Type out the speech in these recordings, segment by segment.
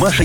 Маша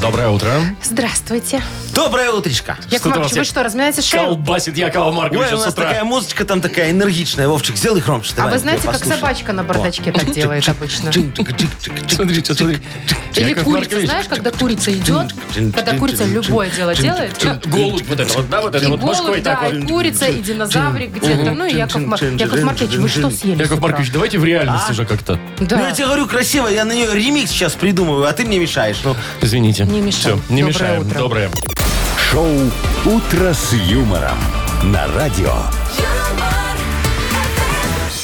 Доброе утро. Здравствуйте. Доброе утречко. Яков там Маркович, вообще вы что, разминаете шею? Колбасит Якова Ой, Марковича у с нас такая утра. музычка там такая энергичная. Вовчик, сделай громче. А вы знаете, как собачка на бардачке так делает обычно? Смотрите, смотри. Или Яков курица, Маркович. знаешь, когда курица идет, когда курица любое дело делает, как- Голубь вот это вот, да, вот и это вот башкой голубь, так да, вот. и курица, и динозаврик где-то. Ну, и Яков Мар- Яков Маркович, вы что съели? с Яков утра? Маркович, давайте в А? реальность уже как-то. Ну, я Да, тебе говорю, красиво, я на нее ремикс сейчас придумываю, а ты мне мешаешь. Ну, Извините. Не мешаем. Все, не Доброе мешаем. утро. Доброе. Шоу «Утро с юмором» на радио.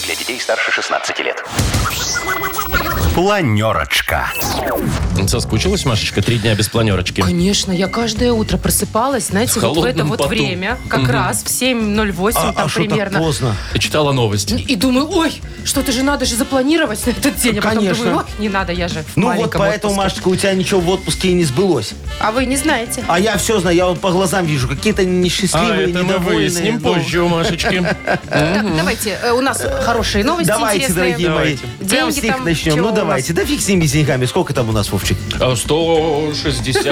Для детей старше 16 лет. Планерочка. Соскучилась, Машечка, три дня без планерочки. Конечно, я каждое утро просыпалась, знаете, вот в это холодным вот поту. время, как раз в 7.08 а Ну, там а что так примерно. поздно? Читала новости. И думаю, ой, что-то же надо же запланировать на этот день. А потом Конечно. думаю, ох, не надо, я же в Ну вот маленьком поэтому, отпуске. Машечка, у тебя ничего в отпуске и не сбылось. А вы не знаете. А я все знаю, я вот по глазам вижу, какие-то они А несчастливые, это мы недовольные. выясним Ну, позже у Машечки. Так, давайте, э, у нас хорошие новости Давайте, интересные. дорогие мои. Деньги Прям с них там начнем. чего Ну у давайте, да фиг с ними с деньгами. Сколько там у нас, Вовчик? А, Ну, 160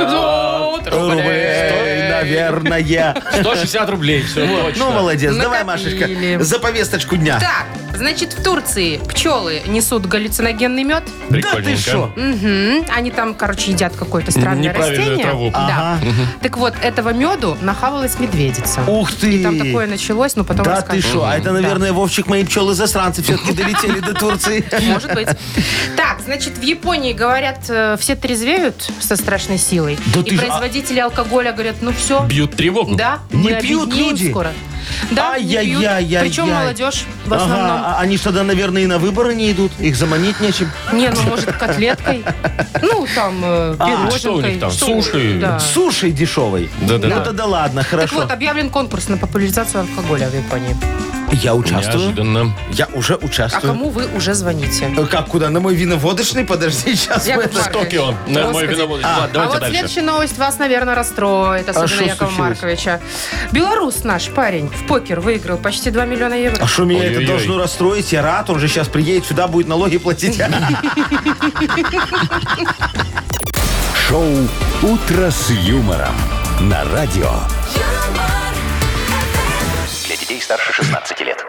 Рублей, наверное. 160 рублей, все Ну, молодец. Давай, Накопили. Машечка, за повесточку дня. Так, значит, в Турции пчелы несут галлюциногенный мед. Да ты что? Мгм. Они там, короче, едят какое-то странное Неправильную растение. траву. Да. Так вот, этого меду нахавалась медведица. Ух ты! И там такое началось, но потом да расскажу. ты что? А это, Да. наверное, Вовчик, мои пчелы-засранцы все-таки долетели до Турции. Может быть. Так, значит, в Японии, говорят, э, все трезвеют со страшной силой. Да И ты ж, а- производители алкоголя говорят, ну все, Бьют тревогу. да, Не мы пьют обеднеем люди? скоро. Да, не пьют. Ай-яй-яй-яй-яй. Причем молодежь в основном. Ага, а они ж тогда, наверное, и на выборы не идут. Их заманить нечем. Не, ну может котлеткой. Ну, там, э, А, пироженкой. что у них там, суши? Да. Суши дешевой. Да-да-да. Ну тогда ладно, А. Так хорошо. вот, объявлен конкурс на популяризацию алкоголя в Японии. Я участвую. Неожиданно. Я уже А участвую. кому вы уже звоните? Э, Как куда? На мой виноводочный? Подожди, сейчас. Яков Маркович. Токио. На мой Господи. виноват. А, Ладно, а Давайте вот дальше. следующая новость вас, наверное, расстроит, особенно шо Якова А случилось? Марковича. Белорус наш парень в покер выиграл почти 2 миллиона евро. А что меня Ой-ой-ой. это должно расстроить? Я рад, он же сейчас приедет сюда, будет налоги платить. Шоу «Утро с юмором» на радио. Для детей старше 16 лет.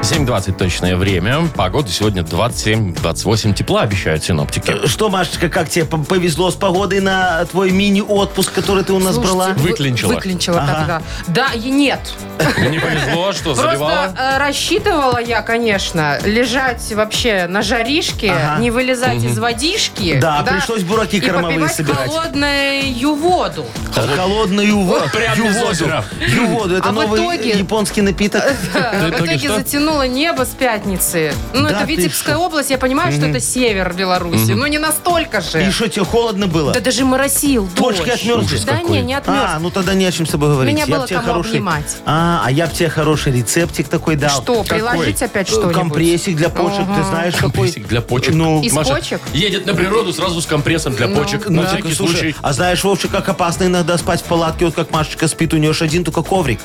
7.20 точное время. Погода сегодня 27-28. Тепла обещают синоптики. Что, Машечка, как тебе п- повезло с погодой на твой мини-отпуск, который ты у нас Слушайте, брала? вы- Выклинчила. Выклинчила тогда. Да, и нет. Не повезло, что Просто заливало. э, рассчитывала я, конечно, лежать вообще на жаришке, Ага. не вылезать из водишки. Да, пришлось бураки и кормовые попивать собирать. холодную воду. Холодную воду. Прям из озера. Юводу. Это А в новый итоге- японский напиток. Да, в В итоге итоге что? затянуло небо с пятницы. Ну, Да это ты Витебская что? область, я понимаю, что это север Беларуси. Ну, не настолько И же. что, тебе холодно было? Да даже моросил дождь. Почки отмерзли? Да какой. не, не отмерз. А, ну тогда не о чем с тобой говорить. Меня Я было б тебе кому хороший- обнимать. А, а я бы тебе хороший рецептик такой дал. что, какой? приложить Э, опять что-нибудь? Компрессик для почек, ты знаешь какой? Компрессик для почек. Ну, Из Маша почек? едет на природу сразу с компрессом для почек. На Ну, так, всякий слушай, случай. А знаешь, Вовчик, как опасно иногда спать в палатке, вот как Машечка спит, у нее ж один только коврик.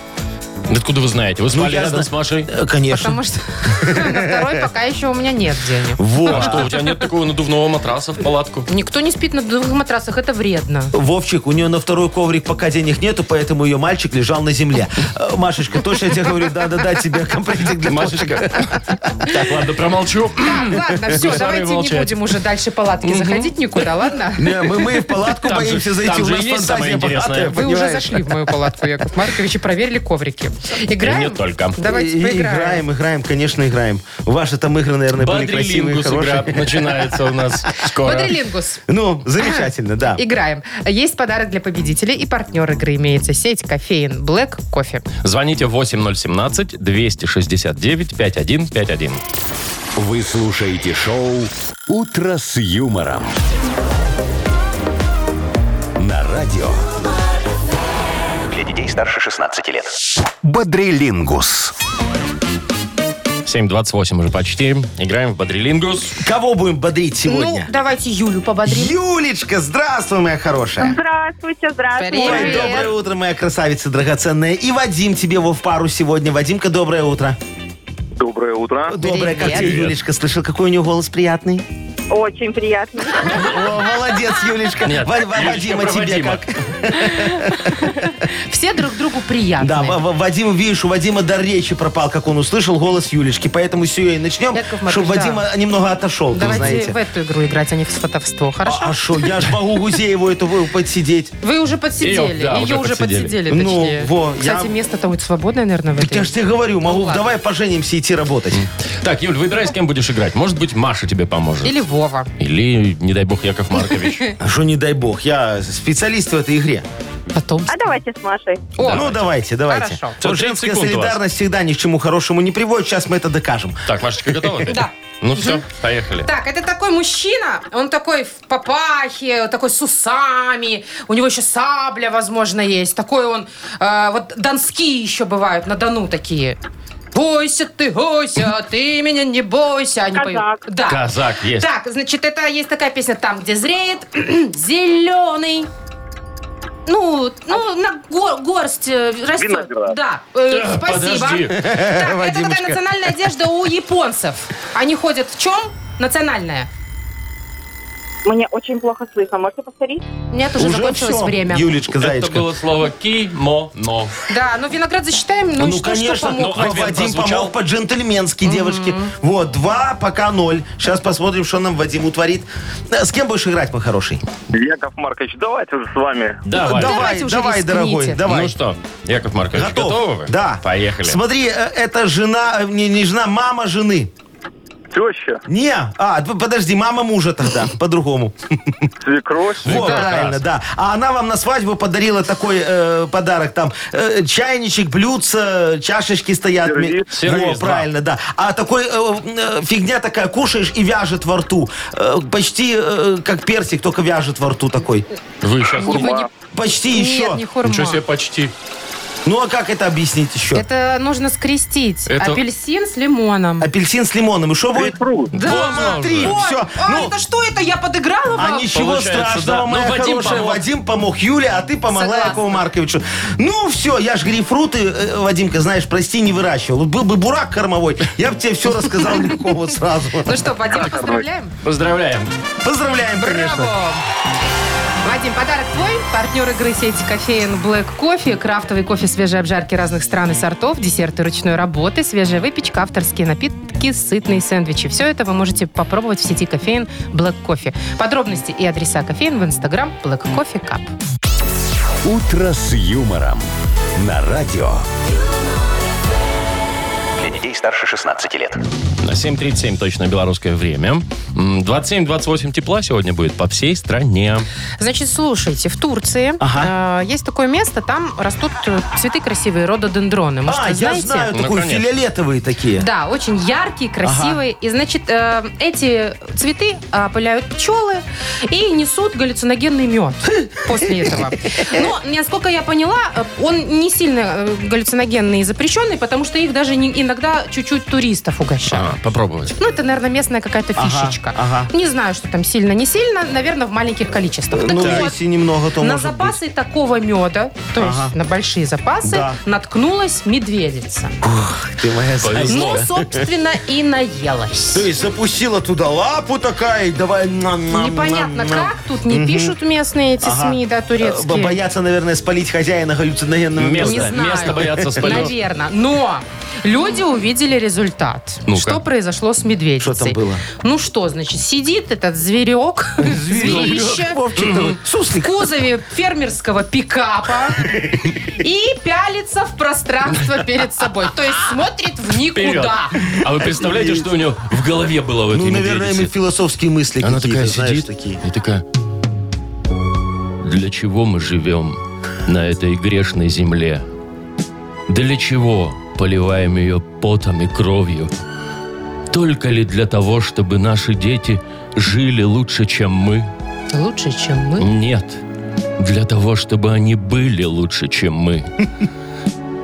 Откуда вы знаете? Вы спали рядом Ну, ясно. с Машей? Э, Конечно. Потому что на второй пока еще у меня нет денег. Вот. А что, у тебя нет такого надувного матраса в палатку? Никто не спит на двух матрасах, это вредно. Вовчик, у нее на второй коврик пока денег нету, поэтому ее мальчик лежал на земле. Э, Машечка, точно я тебе говорю, да-да-да, тебе комплектик для Машечка. Так, ладно, промолчу. Ладно, все, Гусары давайте не молчат. будем уже дальше палатки заходить никуда, ладно? Не, мы, мы в палатку Там же- боимся зайти, там у же нас есть самое фантазия богатая, интересное. Вы уже понимаешь? зашли в мою палатку, Яков Маркович, и проверили коврики. Играем? И не только. Давайте И- и поиграем. играем, играем, конечно, играем. Ваши там игры, наверное, были красивые, Бодрилингус игра хорошие. начинается у нас скоро. Бодрилингус. Ну, замечательно, да. Играем. Есть подарок для победителей и партнер игры имеется. Сеть кофеин Black Кофе. Звоните 8017-269-5151. Вы слушаете шоу «Утро с юмором» на радио. Для детей старше 16 лет. Бодрилингус. 7.28 уже почти. Играем в Бодрилингус. Кого будем бодрить Ну, сегодня? давайте Юлю пободрим. Юлечка, здравствуй, моя хорошая. Здравствуйте, здравствуйте. Ой, Привет. доброе утро, моя красавица драгоценная. И Вадим тебе его в пару сегодня. Вадимка, доброе утро. Доброе утро. Доброе, как Привет. тебе, Юлечка? Слышал, какой у нее голос приятный? Очень приятно. О, молодец, Юлечка. Нет, Ва- Ва- Юлечка Вадима про тебе Вадима. как? Все друг другу приятны. Да, Ва- Ва- Вадим, видишь, у Вадима дар речи пропал, как он услышал голос Юлечки. Поэтому с ее и начнем, Яков Маркович, чтобы Вадима немного отошел, Давайте ты знаете. в эту игру играть, а не в сватовство, хорошо? А что, я ж могу Гузееву этого подсидеть. Вы уже подсидели. Её, да, Ее уже уже подсидели, подсидели. точнее. Ну, во, Кстати, я- место-то будет свободное, наверное, в Так этой. я же тебе говорю, могу, Ну, ладно. давай поженимся и идти работать. Так, Юль, выбирай, с кем будешь играть. Может быть, Маша тебе поможет. Или Вова. Или, не дай бог, Яков Маркович. А что, не дай бог, я специалист в этой игре. Потом. А давайте с Машей. О, Ну, давайте, давайте. Хорошо. Всё, Вот 30 женская секунд у вас. солидарность всегда ни к чему хорошему не приводит. Сейчас мы это докажем. Так, Машечка, готова? опять? Да. Ну все, поехали. Так, это такой мужчина, он такой в папахе, такой с усами, у него еще сабля, возможно, есть. Такой он, э, вот донские еще бывают, на Дону такие. Бойся ты, бойся, ты меня не бойся. Они поют. Казак. Да. Казак есть. Так, значит, это есть такая песня «Там, где зреет зеленый». Ну, ну, на гор- горсть э, растет. Виноград. Да, э, Да, спасибо. подожди. Так, это такая национальная одежда у японцев. Они ходят в чем? Национальная. Мне очень плохо слышно. Можете повторить? Нет, уже, закончилось всё. время. Юлечка, Это зайчка. было слово кимоно. Да, ну виноград засчитаем, ну, и Ну, что, что конечно, помог? ну, Во- ответ Вадим прозвучал. помог по-джентльменски, девочки. Вот, два, пока ноль. Сейчас посмотрим, что нам Вадим утворит. Э, С кем будешь играть, мой хороший? Яков Маркович, давайте с вами. Давай. Ну, давай, Давайте уже давай, рискните. дорогой, давай. Ну что, Яков Маркович, Готов? готовы вы? Да. Поехали. Смотри, э, это жена, э, не, не жена, мама жены. Теща, Не, а, п- подожди, мама мужа тогда, по-другому. свекровь. Вот, Да. правильно, да. А она вам на свадьбу подарила такой э, подарок, там, э, чайничек, блюдца, чашечки стоят. Сервиз. Во, Сервиз, да. правильно, да. А такой э, э, фигня такая, кушаешь и вяжет во рту. Э, почти э, как персик, только вяжет во рту такой. Вы сейчас... Вы не- Почти еще. Нет, не хурма. Ничего себе, почти. Ну, а как это объяснить еще? Это нужно скрестить. Это- Апельсин с лимоном. Апельсин с лимоном. И что будет? Свекрух. Поздно Смотри, уже. Ой, все. а Ну, это что это? Я подыграла А вам? ничего Получается, страшного, да. моя Ну, Вадим хорошая. помог. Вадим помог Юле, а ты помогла Согласна. Якову Марковичу. Ну все, я ж грейпфруты, э, Вадимка, знаешь, прости, не выращивал. Вот Был бы бурак кормовой, я бы тебе все рассказал легко вот сразу. Ну что, Вадим, поздравляем. Поздравляем. Поздравляем, конечно. Браво! Вадим, подарок твой. Партнер игры сети кофеин Black Coffee. Крафтовый кофе свежей обжарки разных стран и сортов, десерты ручной работы, свежая выпечка, авторские напитки, сытные сэндвичи. Все это вы можете попробовать в сети кофеин Black Coffee. Подробности и адреса кофеин в инстаграм Black Coffee Cup. «Утро с юмором» на радио. Для детей старше 16 лет. На 7.37 точно белорусское время. М, 27-28 тепла сегодня будет по всей стране. Значит, слушайте, в Турции Ага. э, есть такое место, там растут э, цветы красивые, рододендроны. Может, А, вы я знаете? знаю, Ну, такой конечно. фиолетовые такие. Да, очень яркие, красивые. И, значит, э, эти цветы а, опыляют пчелы и несут галлюциногенный мед после этого. Но, насколько я поняла, э, он не сильно э, галлюциногенный и запрещенный, потому что их даже не- иногда чуть-чуть туристов угощают. А, попробовать. Ну, это, наверное, местная какая-то Ага, фишечка. ага. Не знаю, что там сильно, не сильно. Наверное, в маленьких количествах. Так Ну, вот, если немного, то на может быть. запасы такого меда, то есть Ага. на большие запасы, Да. наткнулась медведица. Ты моя Повезло. зайчка. Ну, собственно, и наелась. То есть запустила туда лапу такая, и давай... нам-нам-нам-нам. Непонятно как, тут не Мгм. пишут местные эти Ага. СМИ, да, Э, турецкие. Боятся, наверное, спалить хозяина галлюциногенного Место. Не места. знаю. Место боятся спалить. Наверное. Но люди увидели результат. Ну-ка. Что произошло с медведицей? Что там было? Ну что, значит, сидит этот зверек, зверище, Вовчик такой, в суслик. кузове фермерского пикапа и пялится в пространство перед собой. То есть смотрит в Вперед. никуда. А вы представляете, что у нее в голове было в этой Ну, наверное, им медведице? философские мысли Она какие-то, такая знаешь, сидит такие. и такая... Для чего мы живем на этой грешной земле? Для чего поливаем ее потом и кровью? Только ли для того, чтобы наши дети жили лучше, чем мы? Лучше, чем мы. Нет. Для того, чтобы они были лучше, чем мы.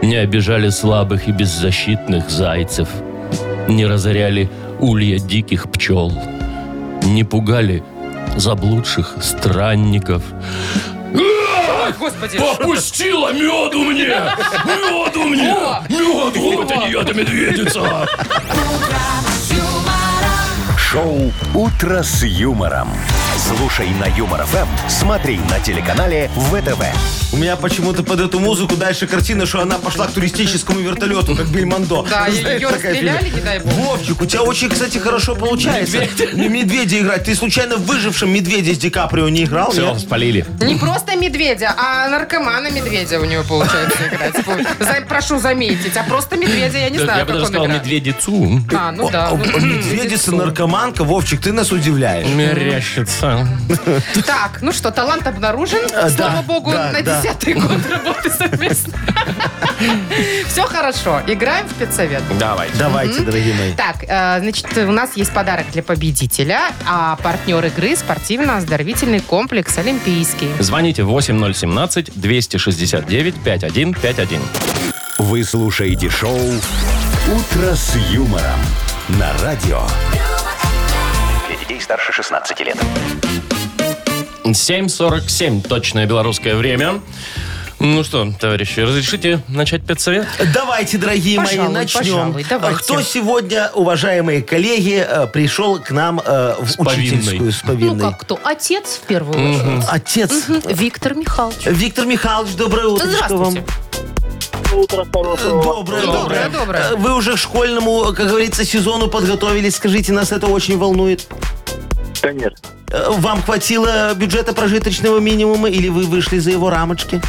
Не обижали слабых и беззащитных зайцев. не разоряли улья диких пчел, не пугали заблудших странников. Ой, господи! Попустила меду мне! Меду мне! Меду! Вот они, эта медведица! Шоу «Утро с юмором». Слушай на Юмор ФМ, смотри на телеканале ВТВ. У меня почему-то под эту музыку дальше картина, что она пошла к туристическому вертолету, как Бельмондо. Да, Ну, и знаешь, её такая расстреляли, фигня. не дай бог. Вовчик, у тебя очень, кстати, хорошо получается. Не медведя играть. Ты случайно в выжившем медведе с Ди Каприо не играл? Все, нет? спалили. Не просто медведя, а наркомана медведя у него получается играть. За- Прошу заметить, а просто медведя я не Я бы знаю, как даже он сказал играет. медведицу. А, ну да. О, о, Медведица, наркоманка. Вовчик, ты нас удивляешь. Мерящица. Так, ну что, талант обнаружен. Э, Слава да, богу, да, на да. десятый год работы совместно. Все хорошо. Играем в спецсовет. Давай. Давайте, дорогие мои. Так, э, значит, у нас есть подарок для победителя, а партнер игры спортивно-оздоровительный комплекс «Олимпийский». Звоните 8017-269-5151. Вы слушаете шоу «Утро с юмором» на радио. Для детей старше 16 лет. 7.47, точное белорусское время. Ну что, товарищи, разрешите начать спецсовет? Давайте, дорогие Пожалуй, мои, начнем. пожалуй, давайте. Кто сегодня, уважаемые коллеги, э, пришел к нам э, в повинной. учительскую с Ну повинной? как кто? Отец в первую очередь. Отец. Виктор Михайлович. Виктор Михайлович, доброе утро. Э, Здравствуйте. Утро хорошего. Доброе, Доброе, доброе. Э, Вы уже к школьному, как говорится, сезону подготовились. Скажите, нас это очень волнует. Конечно. Э, Вам хватило бюджета прожиточного минимума или вы вышли за его рамочки?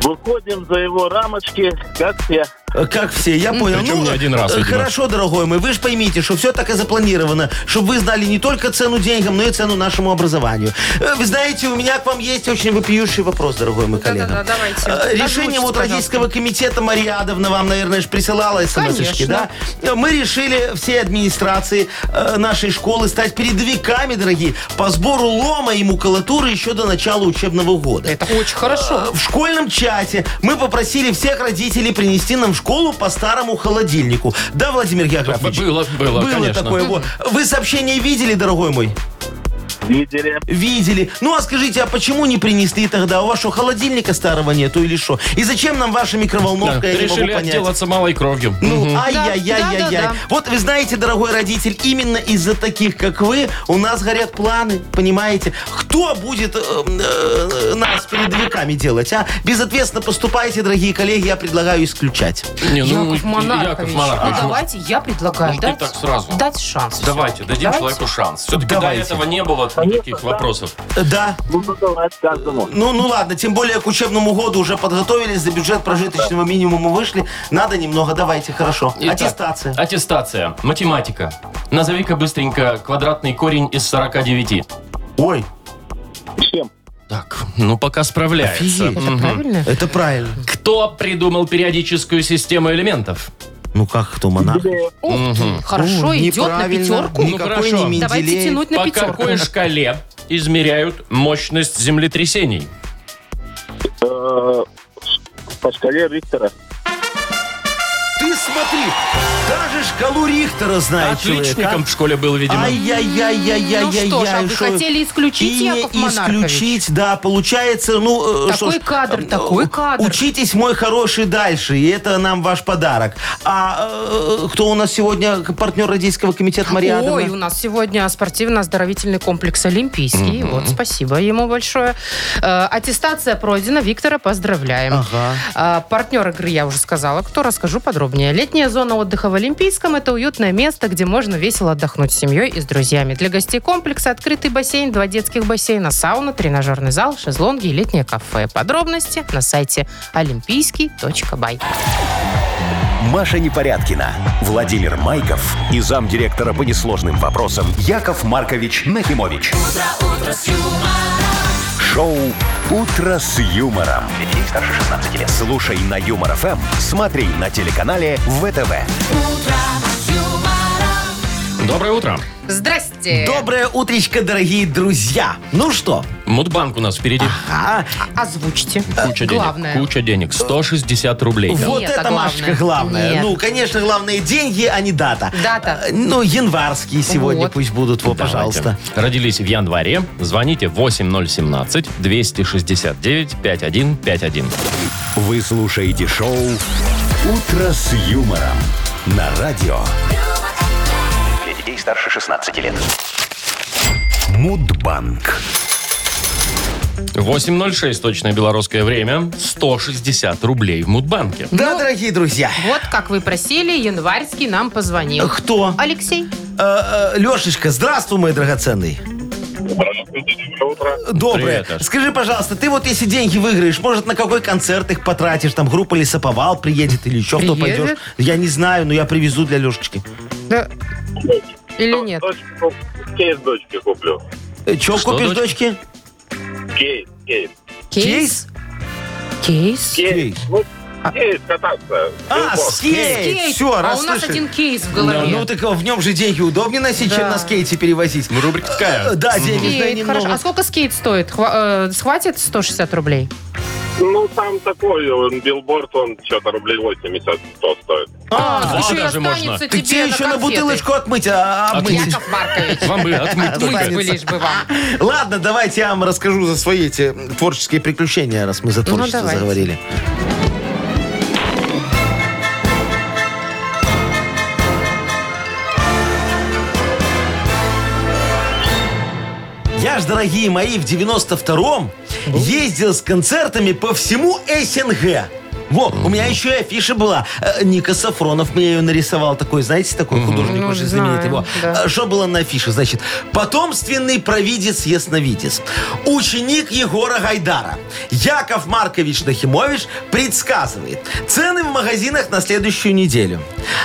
Выходим за его рамочки, как все. Э, Как все, я понял. причем не один раз, э, видимо. Хорошо, дорогой мой, вы же поймите, что все так и запланировано, чтобы вы знали не только цену деньгам, но и цену нашему образованию. Э, Вы знаете, у меня к вам есть очень вопиющий вопрос, дорогой мой коллега. Да-да-да, давайте. Э, Озвучьте, Решение вот пожалуйста. Российского комитета Мария Адовна вам, наверное, же присылала смс Конечно. да? Э, Мы решили всей администрации э, нашей школы стать передовиками, дорогие, по сбору лома и макулатуры еще до начала учебного года. Это очень хорошо. Э, В школьном чате мы попросили всех родителей принести нам в школу по старому холодильнику. Да, Владимир Яковлевич? Было, было, конечно. такое. вот. Вы сообщение видели, дорогой мой? Видели. Видели. Ну, а скажите, а почему не принесли тогда? А У вашего холодильника старого нету или что? И зачем нам ваша микроволновка? Да, Я не могу решили понять. отделаться малой кровью. Ну, Да, ай-яй-яй-яй-яй. да, да. Вот вы знаете, дорогой родитель, именно из-за таких, как вы, у нас горят планы, понимаете? Кто будет э, э, нас передовиками делать, а? Безответственно поступайте, дорогие коллеги, я предлагаю исключать. Не, Яков Монаркович. Ну, Яков Ну, Монаркович, ну, давайте я предлагаю Ух ты, дать, так сразу. дать шанс. Давайте, дадим Давайте. человеку шанс. Все-таки Давайте. до этого не было никаких вопросов. Э, Да. Буду давать каждому. Ну, ну ладно, тем более к учебному году уже подготовились, за бюджет прожиточного минимума вышли. Надо немного, давайте, хорошо. Итак, Аттестация. Аттестация. Математика. Назови-ка быстренько квадратный корень из 49. Ой, Чем? Так, ну пока справляется. Офигеть. Мгм. Правильно? это правильно. Кто придумал периодическую систему элементов? Ну как кто, монах? Ух ты, хорошо, Ну, идет на неправильно. пятерку. Ну, Никакой хорошо. не Давайте Менделеев. тянуть По на пятерку. какой шкале измеряют мощность землетрясений? Э, По шкале Риктора. Ты смотри, даже шкалу Рихтера знает человек, а? Отличником в школе был, видимо. Ай-яй-яй-яй-яй-яй-яй. Ну что ж, а вы шо- хотели исключить И Яков Монаркович? исключить, да, получается, ну... э, Такой шо ж, кадр, э, такой э, кадр. Учитесь, мой хороший, дальше, и это нам ваш подарок. А э, кто у нас сегодня партнер Родительского комитета Мария Ой, у Адамовна? нас сегодня спортивно-оздоровительный комплекс «Олимпийский». Вот, спасибо ему большое. Э, Аттестация пройдена. Виктора поздравляем. Ага. А, Партнер игры я уже сказала. Кто, расскажу подробнее. Летняя зона отдыха в Олимпийском – это уютное место, где можно весело отдохнуть с семьей и с друзьями. Для гостей комплекса открытый бассейн, два детских бассейна, сауна, тренажерный зал, шезлонги и летнее кафе. Подробности на сайте олимпийский.бай. Маша Непорядкина, Владимир Майков и замдиректора по несложным вопросам Яков Маркович Нахимович. Шоу Утро с юмором. Детей старше 16 лет. Слушай на юмор ФМ, смотри на телеканале ВТВ. Доброе утро. Здрасте! Доброе утречко, дорогие друзья. Ну что, Мудбанк у нас впереди. Ага. Озвучьте. Куча Главное. денег. Куча денег. 160 рублей. там. Вот Нет, а это, главное. Машечка, главное. Нет. Ну, конечно, главное деньги, а не дата. Дата. Э, Ну, январские сегодня Вот. пусть будут. Вот, Давайте. пожалуйста. Родились в январе. Звоните 8017-269-5151. Вы слушаете шоу «Утро с юмором» на радио. Для детей старше 16 лет. Мудбанк. 8.06, точное белорусское время. 160 рублей в Мудбанке. Ну. Да, дорогие друзья. Вот как вы просили, январьский нам позвонил. Кто? Алексей. Э, э, Лешечка, здравствуй, мой драгоценный. Доброе утро. Доброе. Привет, Леш. Скажи, пожалуйста, ты вот если деньги выиграешь, может, на какой концерт их потратишь? Там группа Лесоповал приедет или еще кто Приедет? пойдешь? Я не знаю, но я привезу для Лешечки. Или нет? Дочку, кейс дочке куплю. Э, Че Что, купишь, дочке? Кейс, кейс. Кейс? Кейс? Кейс. Ну, кейс кататься. А, Легко. скейт! Все, а раз у нас слышали. один кейс в Ну, голове. ну, так в нем же деньги удобнее носить, чем Да. на скейте перевозить. Ну, рубрика Э, такая. Да, деньги Скейт, хорошо. А немного. сколько скейт стоит? Хва- э, схватит 160 рублей? Ну, там такой он, билборд, он что-то рублей 80 100 стоит. А, два еще и даже А, останется можно. Ты тебе тебе еще на конфеты. бутылочку отмыть, а, а, обмыть. Яков Маркович. Вам бы отмыть Мыть только. бы лишь бы вам. Ладно, давайте я вам расскажу за свои эти м, творческие приключения, раз мы за творчество Ну, давайте. заговорили. Я ж, дорогие мои, в 92-м ездил с концертами по всему СНГ. Во, у меня еще и афиша была. Э, Ника Сафронов мне ее нарисовал. Такой, знаете, такой художник Ну, очень знаменитый. знаем, Во. да. Э, Что было на афише? Значит, потомственный провидец ясновидец. Ученик Егора Гайдара. Яков Маркович Нахимович предсказывает цены в магазинах на следующую неделю.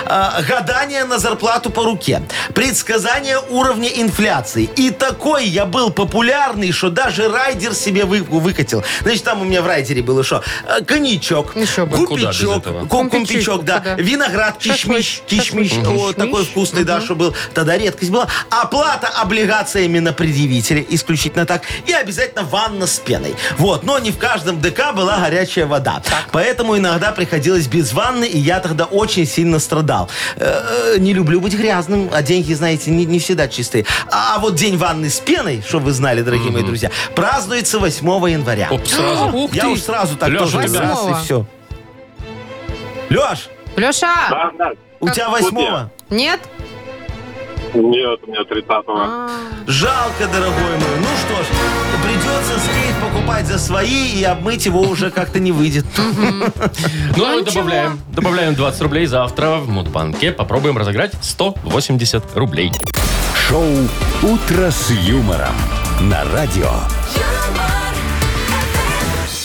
Э, Гадание на зарплату по руке. Предсказание уровня инфляции. И такой я был популярный, что даже райдер себе вы- выкатил. Значит, там у меня в райдере было что? Э, Коньячок. Еще Куда бы. без Купичок, этого? кум- кумпичок, да. Куда? Виноград, кишмиш, Шашлык, кишмиш, шашлык. вот Кишмиш. такой вкусный, да, что был. Тогда редкость была. Оплата облигациями на предъявителя, исключительно так. И обязательно ванна с пеной. Вот, но не в каждом ДК была горячая вода. Поэтому иногда приходилось без ванны, и я тогда очень сильно страдал. Э, э, Не люблю быть грязным, а деньги, знаете, не, не всегда чистые. А вот день ванны с пеной, чтобы вы знали, дорогие мои друзья, празднуется 8 января. Оп, сразу. Ух Я ты. уж сразу так Лёша, тоже тебя- раз и Восьмого. все. Леш, Леша, Да, да. у тебя восьмого? нет? Нет, у меня 30-го. А, Жалко, дорогой мой. Ну что ж, придется скейт покупать за свои, и обмыть его уже как-то не выйдет. Ну, и добавляем. Добавляем 20 рублей завтра в Мудбанке. Попробуем разыграть 180 рублей. Шоу «Утро с юмором» на радио. юмор,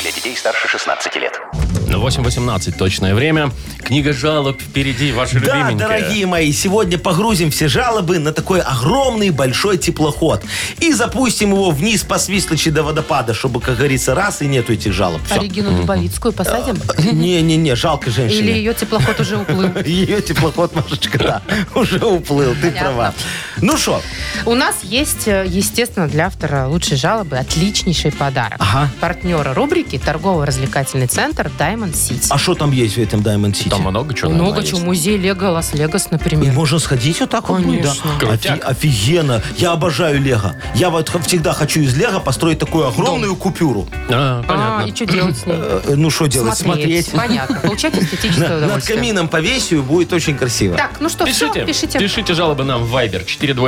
Для детей старше 16 лет. На 8.18 точное время. Книга жалоб впереди, ваши Да, любименькие. дорогие мои, сегодня погрузим все жалобы на такой огромный большой теплоход. И запустим его вниз по свислочи до водопада, чтобы, как говорится, раз и нету этих жалоб. А Регину Дубовицкую Э, посадим? Не-не-не, жалко Или женщине. ее теплоход уже уплыл? Ее теплоход, Машечка, да, уже уплыл, ты Понятно. права. Ну что, У нас есть, э, естественно, для автора лучшей жалобы отличнейший подарок. Ага. Партнера рубрики торгово-развлекательный центр Diamond City. а что там есть в этом Diamond City? Там много чего Много наверное, чего. есть. Музей Лего Лас-Вегас, например. Можно сходить Ну, вот так вот? Конечно. ну, да. Крутяк. Офи- офигенно. Я обожаю Лего. Я вот х- всегда хочу из Лего построить такую огромную купюру. А, понятно. А, и что делать с ней? Э, Ну, что делать? Смотреть. Понятно. Получать эстетическое На- над удовольствие. камином повесию будет очень красиво. Так, ну что, Пишите, все, пишите. жалобы нам в Viber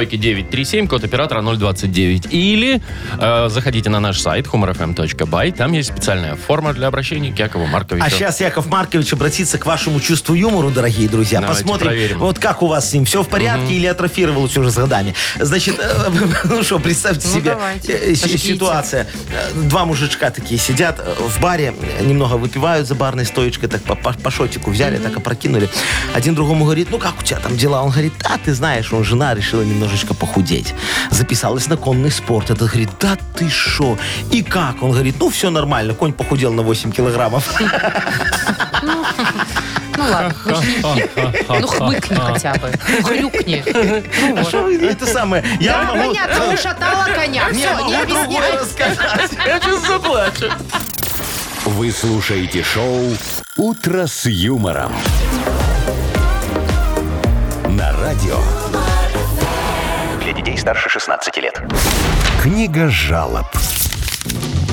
42937, код оператора 029. Или э, заходите на наш сайт humorfm.by. Там есть специальная форма для обращения к Якову Марковичу. А сейчас Яков Маркович обратится к вашему чувству юмору, дорогие друзья. Давайте Посмотрим, проверим. вот как у вас с ним, все в порядке или атрофировалось уже с годами. Значит, э, ну что, представьте Ну, себе давайте, э, си- пожгите. ситуация. Э, Два мужичка такие сидят э, в баре, э, немного выпивают за барной стоечкой, так по, по- по шотику взяли, так опрокинули. Один другому говорит, ну как у тебя там дела? Он говорит, да, ты знаешь, он жена решила немножечко похудеть. Записалась на конный спорт. Этот говорит, да ты шо? И как? Он говорит, ну все нормально, конь похудел на 8 килограммов. Ну ладно, хмыкни. Ну хмыкни хотя бы. Ну хрюкни. Ну А вот. что вы это самое? Я Да, вам могу... понятно, ушатала коня. Я Все, не могу другое объясняй. рассказать. Я сейчас заплачу. Вы слушаете шоу «Утро с юмором». На радио Для детей старше 16 лет. «Книга жалоб».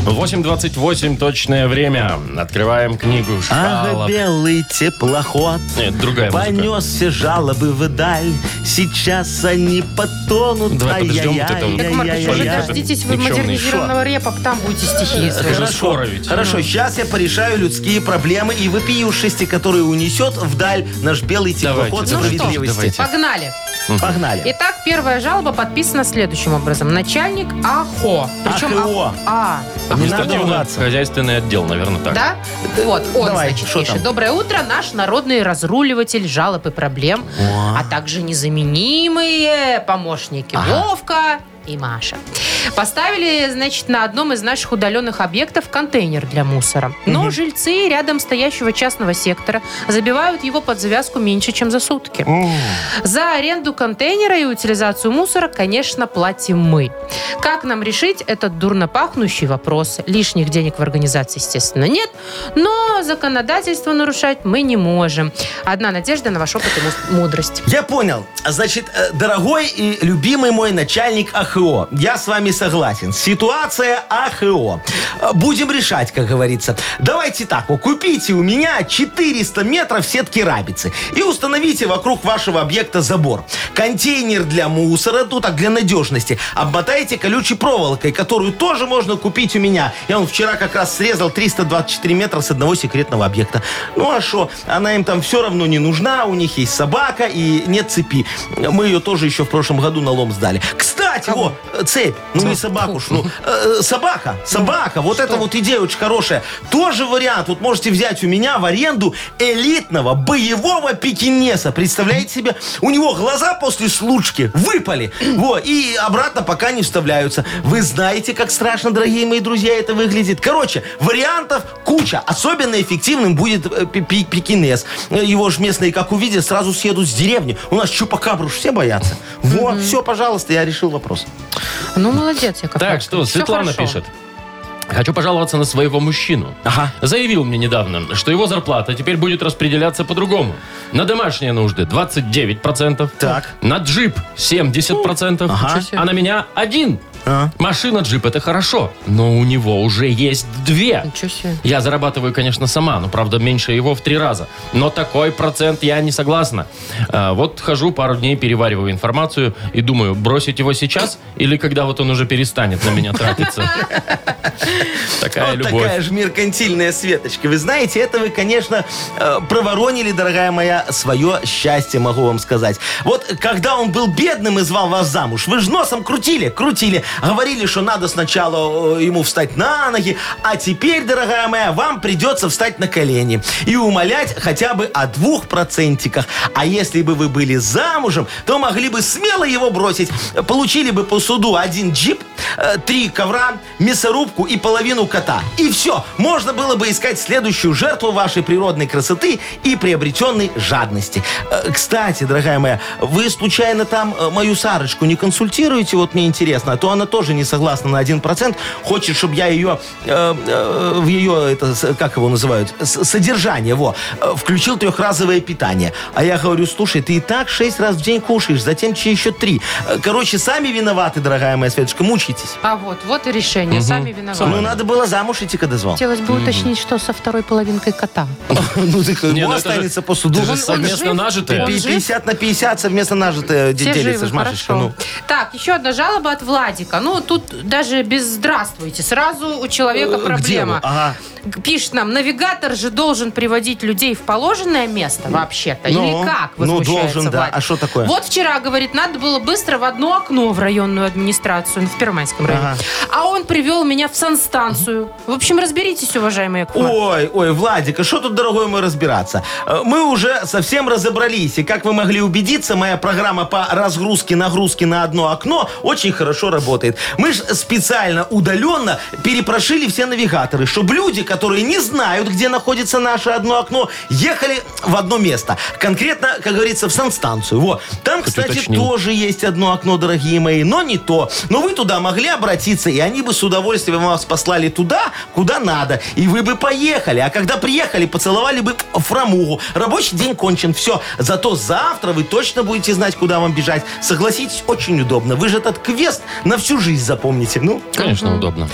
8.28 точное время. Открываем книгу Ага, жалоб. белый теплоход. Нет, другая музыка. Понес все жалобы вдаль, сейчас они потонут. Давай подождем вот этого. Так, Маркович, Я-я-я-я. уже Ай-яй-яй-яй. дождитесь вы Никчемный. модернизированного репа, там будете стихи Уже слушать. скоро ведь. Хорошо, сейчас я порешаю людские проблемы и вопиюшести, которые унесет вдаль наш белый теплоход Давайте, ну что, справедливости. Погнали. Погнали. Итак, первая жалоба подписана следующим образом. Начальник АХО. Причем АХО. А, Не надо ругаться. Административно-хозяйственный отдел, наверное, так. Да? Вот, он, давай, значит, что пишет. там? Доброе утро, наш народный разруливатель жалоб и проблем, а также незаменимые помощники Вовка и Маша. Поставили, значит, на одном из наших удаленных объектов контейнер для мусора. Но жильцы рядом стоящего частного сектора забивают его под завязку меньше, чем за сутки. За аренду контейнера и утилизацию мусора, конечно, платим мы. Как нам решить этот дурно пахнущий вопрос? Лишних денег в организации, естественно, нет, но законодательство нарушать мы не можем. Одна надежда на ваш опыт и му- мудрость. Я понял. А, Значит, э, дорогой и любимый мой начальник АХО, я с вами согласен. Ситуация АХО. Э, Будем решать, как говорится. Давайте так, вот купите у меня 400 метров сетки рабицы и установите вокруг вашего объекта забор. Контейнер для мусора, ну так, для надежности, обмотайте колючей проволокой, которую тоже можно купить у меня. Я он вчера как раз срезал 324 метра с одного секретного объекта. Ну а что? Она им там все равно не нужна, у них есть собака и нет цепи. Мы ее тоже еще в прошлом году на лом сдали. Кстати, Кого? во, э, цепь. Ну не собаку, ж, ну э, э, собака, собака. Вот это вот идея очень хорошая. Тоже вариант. Вот можете взять у меня в аренду элитного боевого пекинеса. Представляете себе? У него глаза после случки выпали. Во, и обратно пока не вставляются. Вы знаете, как страшно, дорогие мои друзья, это выглядит. Короче, вариантов куча. Особенно эффективным будет э, пе- пе- пекинес. Э, Его же местные, как увидят, сразу съедут с деревни. У нас чупакабру ж все боятся. Вот, все, пожалуйста, я решил вопрос. Ну, молодец, Яков Так, Маркович. что, Всё Светлана хорошо. пишет. Хочу пожаловаться на своего мужчину. Ага. Заявил мне недавно, что его зарплата теперь будет распределяться по-другому. На домашние нужды 29%. Так. На джип 70%. ага. А на меня один. А. Машина джип это хорошо, но у него уже есть две. Ничего себе. Я зарабатываю, конечно, сама, но, правда, меньше его в три раза. Но такой процент я не согласна. А, вот хожу пару дней, перевариваю информацию и думаю, бросить его сейчас или когда вот он уже перестанет на меня тратиться. Такая вот такая любовь. же меркантильная Светочка. Вы знаете, это вы, конечно, э, проворонили, дорогая моя, свое счастье, могу вам сказать. Вот когда он был бедным и звал вас замуж, вы же носом крутили, крутили. Говорили, что надо сначала э, ему встать на ноги, а теперь, дорогая моя, вам придется встать на колени и умолять хотя бы о двух процентиках. А если бы вы были замужем, то могли бы смело его бросить. Получили бы по суду один джип, э, три ковра, мясорубку и половину кота. И все. Можно было бы искать следующую жертву вашей природной красоты и приобретенной жадности. Э, Кстати, дорогая моя, вы случайно там э, мою Сарочку не консультируете? Вот мне интересно. А то она тоже не согласна на 1%. Хочет, чтобы я ее э, э, в ее, это, с- как его называют, с- содержание, во, э, включил трехразовое питание. А я говорю, слушай, ты и так шесть раз в день кушаешь, затем че еще три. Э, Короче, сами виноваты, дорогая моя Светочка, мучитесь. А вот, вот и решение. Сами виноваты. Ну, надо было замуж идти, когда звал. Хотелось бы уточнить, что со второй половинкой кота. Ну, так Не, ему ну, это останется же- по суду. это же Он- он- совместно жив? нажитое. Он жив? 50 на 50 совместно нажитое де- Все делится, живы, ж, Машечка. хорошо. Ну, Так, еще одна жалоба от Владика. Ну, тут даже без «здравствуйте». Сразу у человека Э, проблема. где вы? Ага. Пишет нам, навигатор же должен приводить людей в положенное место вообще-то. Ну, Или как? ну, возмущается должен, да. Владик. А что такое? Вот вчера, говорит, надо было быстро в одно окно в районную администрацию, ну, в Первомайском районе. Ага. А он привел меня в санстанцию. В общем, разберитесь, уважаемые. Яков Маркович. Ой, ой, Владик, а что тут, дорогой мой, разбираться? Э, Мы уже совсем разобрались, и как вы могли убедиться, моя программа по разгрузке нагрузки на одно окно очень хорошо работает. Мы же специально удаленно перепрошили все навигаторы, чтобы люди, которые не знают, где находится наше одно окно, ехали в одно место. Конкретно, как говорится, в санстанцию. Во. Там, кстати, уточнил. тоже есть одно окно, дорогие мои, но не то. Но вы туда могли обратиться, и они бы с удовольствием вас послали туда, куда надо. И вы бы поехали. А когда приехали, поцеловали бы фрамугу. Рабочий день кончен, все. Зато завтра вы точно будете знать, куда вам бежать. Согласитесь, очень удобно. Вы же этот квест на всю жизнь запомните. Ну, Конечно, удобно.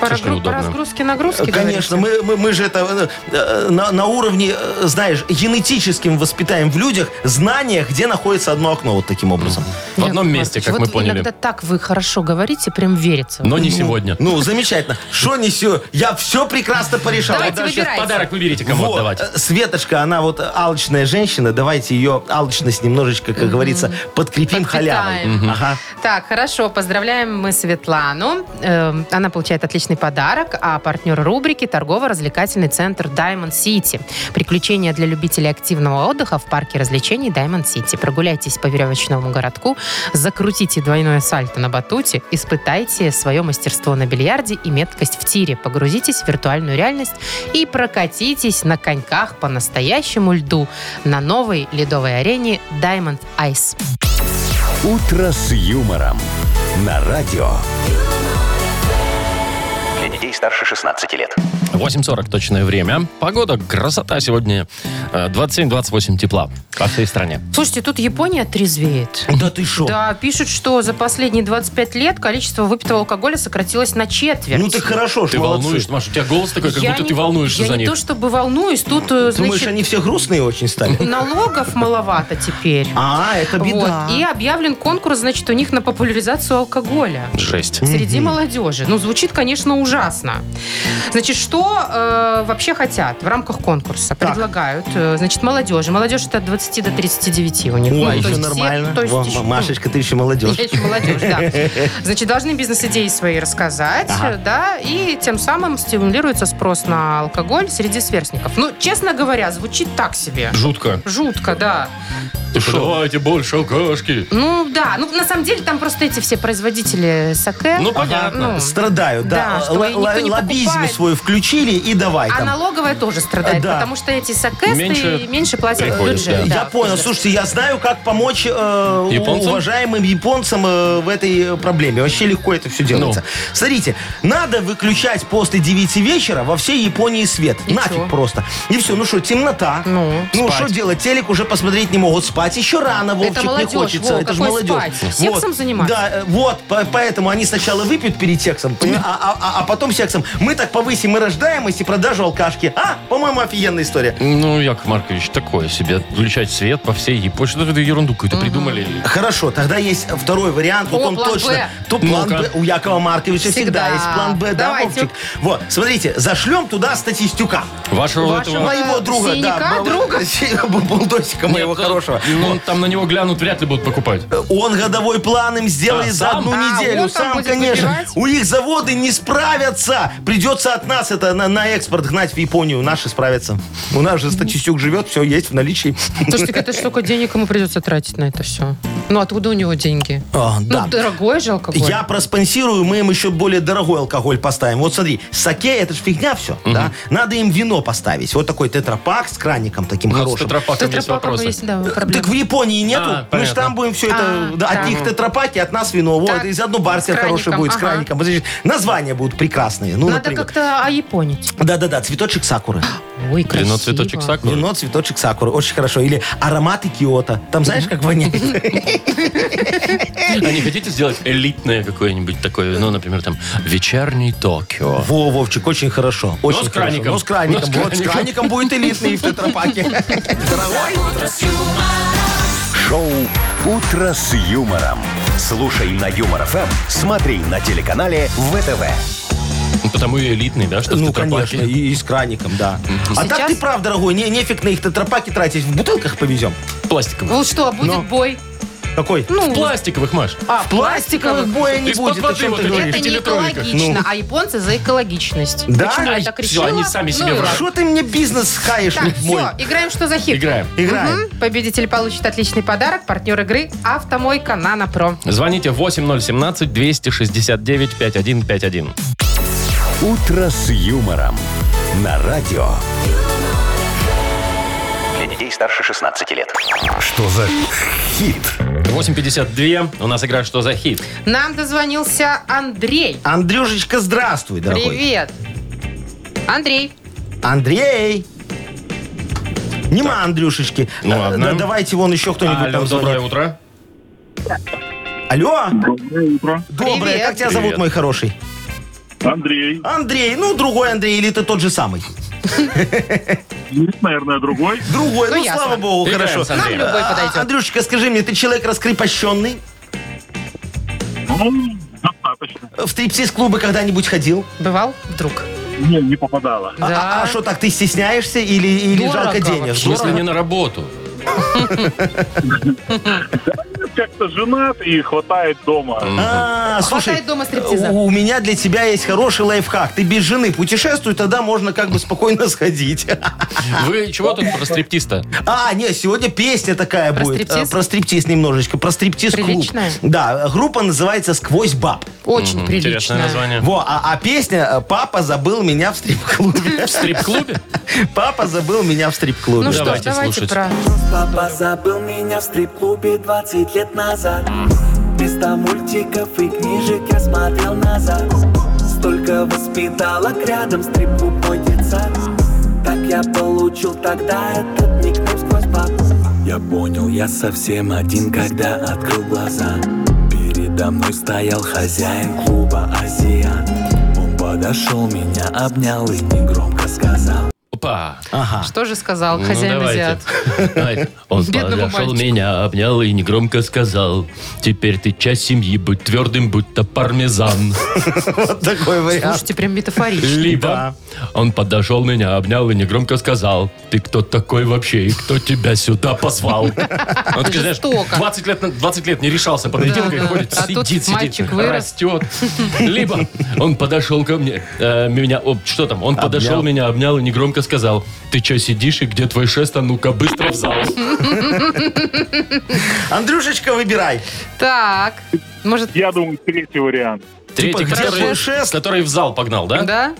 По, Слушай, удобно. разгрузке нагрузки, Конечно, говорите? мы, мы, мы же это э, э, на, на уровне, э, знаешь, генетическим воспитаем в людях знание, где находится одно окно, вот таким образом. В одном Яков месте, Маркович, как вот мы поняли. иногда так вы хорошо говорите, прям верится. Но не сегодня. Ну, замечательно. Что несу? Я все прекрасно порешал. Давайте Вот, Сейчас выбирайте. подарок выберите, кому вот, отдавать. э, Светочка, она вот алчная женщина. Давайте ее алчность немножечко, как говорится, подкрепим халявой. Подпитаем. Ага. Так, хорошо, поздравляем мы Светлану. Эм, Она получает отличный подарок, а партнер рубрики – торгово-развлекательный центр Diamond City. Приключения для любителей активного отдыха в парке развлечений Diamond City. Прогуляйтесь по веревочному городку, закрутите двойное сальто на батуте, испытайте свое мастерство на бильярде и меткость в тире, погрузитесь в виртуальную реальность и прокатитесь на коньках по настоящему льду на новой ледовой арене Diamond Ice. «Утро с юмором» на радио. Для детей старше 16 лет. 8.40 точное время. Погода, красота сегодня. Э, 27-28 тепла по всей стране. Слушайте, тут Япония трезвеет. Да ты шо? Да, пишут, что за последние 25 лет количество выпитого алкоголя сократилось на четверть. Ну ты хорошо, Ты что волнуешься, Маша, у тебя голос такой, как Я будто не- ты волнуешься я за не них. то чтобы волнуюсь, тут, э, Думаешь, значит, они все грустные очень стали? налогов маловато теперь. А, это беда. Вот. И объявлен конкурс, значит, у них на популяризацию алкоголя. Жесть. Среди молодежи. Ну, звучит, конечно, ужасно. Значит, что э, вообще хотят в рамках конкурса? Предлагают, э, значит, молодежи. Молодежь это от 20 до 39 у них. Ну, О, то есть еще все, нормально. то есть Во, еще- Машечка, ты еще молодежь. Я еще молодежь, да. Значит, должны бизнес-идеи свои рассказать, Ага. да, и тем самым стимулируется спрос на алкоголь среди сверстников. Ну, честно говоря, звучит так себе. Жутко. Жутко, да. Ты что? Давайте больше алкашки. Ну, да. Ну, на самом деле, там просто эти все производители саке. Ну, понятно. Ну, Страдают, Да, да. что Л- и никто л- не Лоббизм покупает. свой включили и давай а там. налоговая тоже страдает, Да. потому что эти сакесты Меньше меньше, платят в приходит, бюджет. да. Я да. понял. Слушайте, я знаю, как помочь э, Японцам? уважаемым японцам э, в этой э, проблеме. Вообще легко это Ну. все делается. Смотрите, надо выключать после 9 вечера во всей Японии свет. И Нафиг чё? просто. И все, ну что, темнота. Ну. что делать? Телек уже посмотреть не могут. Спать еще рано, Вовчик, молодежь, не хочется. Вов, это же какой молодежь. спать? Сексом заниматься? Да, э, вот, по- поэтому они сначала выпьют перед сексом, поня- а, а- а- а потом сексом. Мы так повысим и рождаемость, и продажу алкашки. А, по-моему, офигенная история. Ну, Яков Маркович, такое себе. Включать свет по всей Японии. Что это ерунду какую-то придумали? Хорошо, тогда есть второй вариант. Вот О, он план точно. «Б». То план Ну-ка. Б. У Якова Марковича всегда, Всегда. есть план Б, да, Давайте. Вовчик? Вот, смотрите, зашлем туда статистюка. Вашего, Вашего этого... Моего Э, друга, синяка, да. друга? Бульдосика моего Нет, хорошего. Ну, там на него глянут, вряд ли будут покупать. Он годовой план им сделает А, за сам? одну А, неделю. он там сам, будет конечно. выбирать? У их заводы не справятся. Придется от нас это на, на экспорт гнать в Японию. Наши справятся. У нас же статистюк живет, все есть в наличии. Слушайте, это столько денег ему придется тратить на это все. Ну, откуда у него деньги? А, ну, да. дорогой же алкоголь. Я проспонсирую, мы им еще более дорогой алкоголь поставим. Вот смотри, саке это ж фигня все, да? Надо им вино поставить. Вот такой тетрапак с краником таким Ну, с хорошим. тетрапаком есть Тетрапаком вопросы. есть, да, проблемы. Так в Японии нету. А, мы же понятно. там будем все это... А, да, от да. них тетрапаки, от нас вино. Вот, Так, из одной бар себе с хороший краником, будет с ага. краником. Значит, названия будут прекрасные. Ну, Надо например. как-то ояпонить. Да-да-да, цветочек сакуры. Ой, Вино красиво. ну цветочек сакуры. Вино, цветочек сакуры. Очень хорошо. Или ароматы Киота. Там знаешь, как воняет? А не хотите сделать элитное какое-нибудь такое, ну, например, там, вечерний Токио? Во, Вовчик, очень хорошо. Очень хорошо. краником. Ну, с краником. Но с Вот, с краником будет элитный и в тетрапаке. Шоу «Утро с юмором». Слушай на Юмор ФМ, смотри на телеканале ВТВ. Ну, Потому и элитный, да, что в Ну, тетрапаке. конечно, и, и с краником, да. А так Сейчас- ты прав, дорогой, не, нефиг на их тетрапаки тратить, в бутылках повезем. Пластиковых. Ну что, будет Но. бой? Какой? Ну, В пластиковых, Маш. А, в пластиковых боя не Из-под будет, о воды чем вот ты эти. говоришь? это не электроника. экологично, а японцы за экологичность. Да? Почему Ну. я Ай, так всё, решила? Ну они сами себе и враг. ладно. Что ты мне бизнес хаешь, Так, мой? все, играем что за хит? Играем. Играем. Мгм. Победитель получит отличный подарок. Партнер игры «Автомойка Нано Про». Звоните 8017-269-5151. «Утро с юмором» на радио. Для детей старше 16 лет. Что за хит? 8.52. У нас игра «Что за хит?» Нам дозвонился Андрей. Андрюшечка, здравствуй, дорогой. Привет. Андрей. Андрей! Нема Андрюшечки. Ну Э, ладно. да Давайте вон еще кто-нибудь Алло, там доброе звонит. утро. Алло! Доброе утро. Доброе, Привет. как тебя Привет. зовут, мой хороший? Андрей. Андрей, ну другой Андрей, или ты тот же самый? Есть, наверное, другой. Другой, Ну, ну, ясно. слава богу, Играем хорошо. с Андреем. Нам любой А, подойдет. Андрюшечка, скажи мне, ты человек раскрепощенный? Ну, достаточно. В трипсис-клубы когда-нибудь ходил? Бывал вдруг? Не, не попадала. А- Да. А а что так, ты стесняешься или, или Дорого жалко денег? В вообще. смысле, не на работу? Как-то женат и хватает дома. А, слушай, Хватает дома стриптиза. у у меня для тебя есть хороший лайфхак. Ты без жены путешествуй, тогда можно как бы спокойно сходить. Вы чего тут про стриптиста? А, нет, сегодня песня такая Про будет. стриптиз? Э, Про стриптиз немножечко. Про стриптиз-клуб. Приличная? Да, группа называется «Сквозь баб». Очень прилично. Интересное название. Во, а, а песня э, «Папа забыл меня в стрип-клубе». В стрип-клубе? Папа забыл меня в стрип-клубе. Ну что ж, Давайте давайте слушать. про... Папа забыл меня в стрип-клубе 20 лет назад Вместо мультиков и книжек я смотрел назад Столько воспиталок рядом стрип-клуб мой детсад Так я получил тогда этот никнейм сквозь пап Я понял, я совсем один, когда открыл глаза Передо мной стоял хозяин клуба «Азиат» Он подошел, меня обнял и негромко сказал Опа. Что же сказал Ну, А хозяин давайте. азиат? Давайте. Он Бедному подошел мальчику. меня, обнял и негромко сказал, «Теперь ты часть семьи, будь твердым, будь то пармезан». Вот такой вариант. Слушайте, прям метафорично. Либо он подошел меня, обнял и негромко сказал, ты кто такой вообще и кто тебя сюда позвал? Он такой, знаешь, Жестоко. 20 лет, на- 20 лет не решался подойти, Да, такой да. ходит, А тут сидит, мальчик сидит, вырос. растет. Либо он подошел ко мне, э, меня, о, что там, он подошел, меня обнял и негромко сказал, ты что сидишь и где твой шест, а ну-ка быстро в зал. Андрюшечка, выбирай. Так, может, Я думаю, третий вариант. Третий, где твой который, шест? который в зал погнал, да? Типа, да?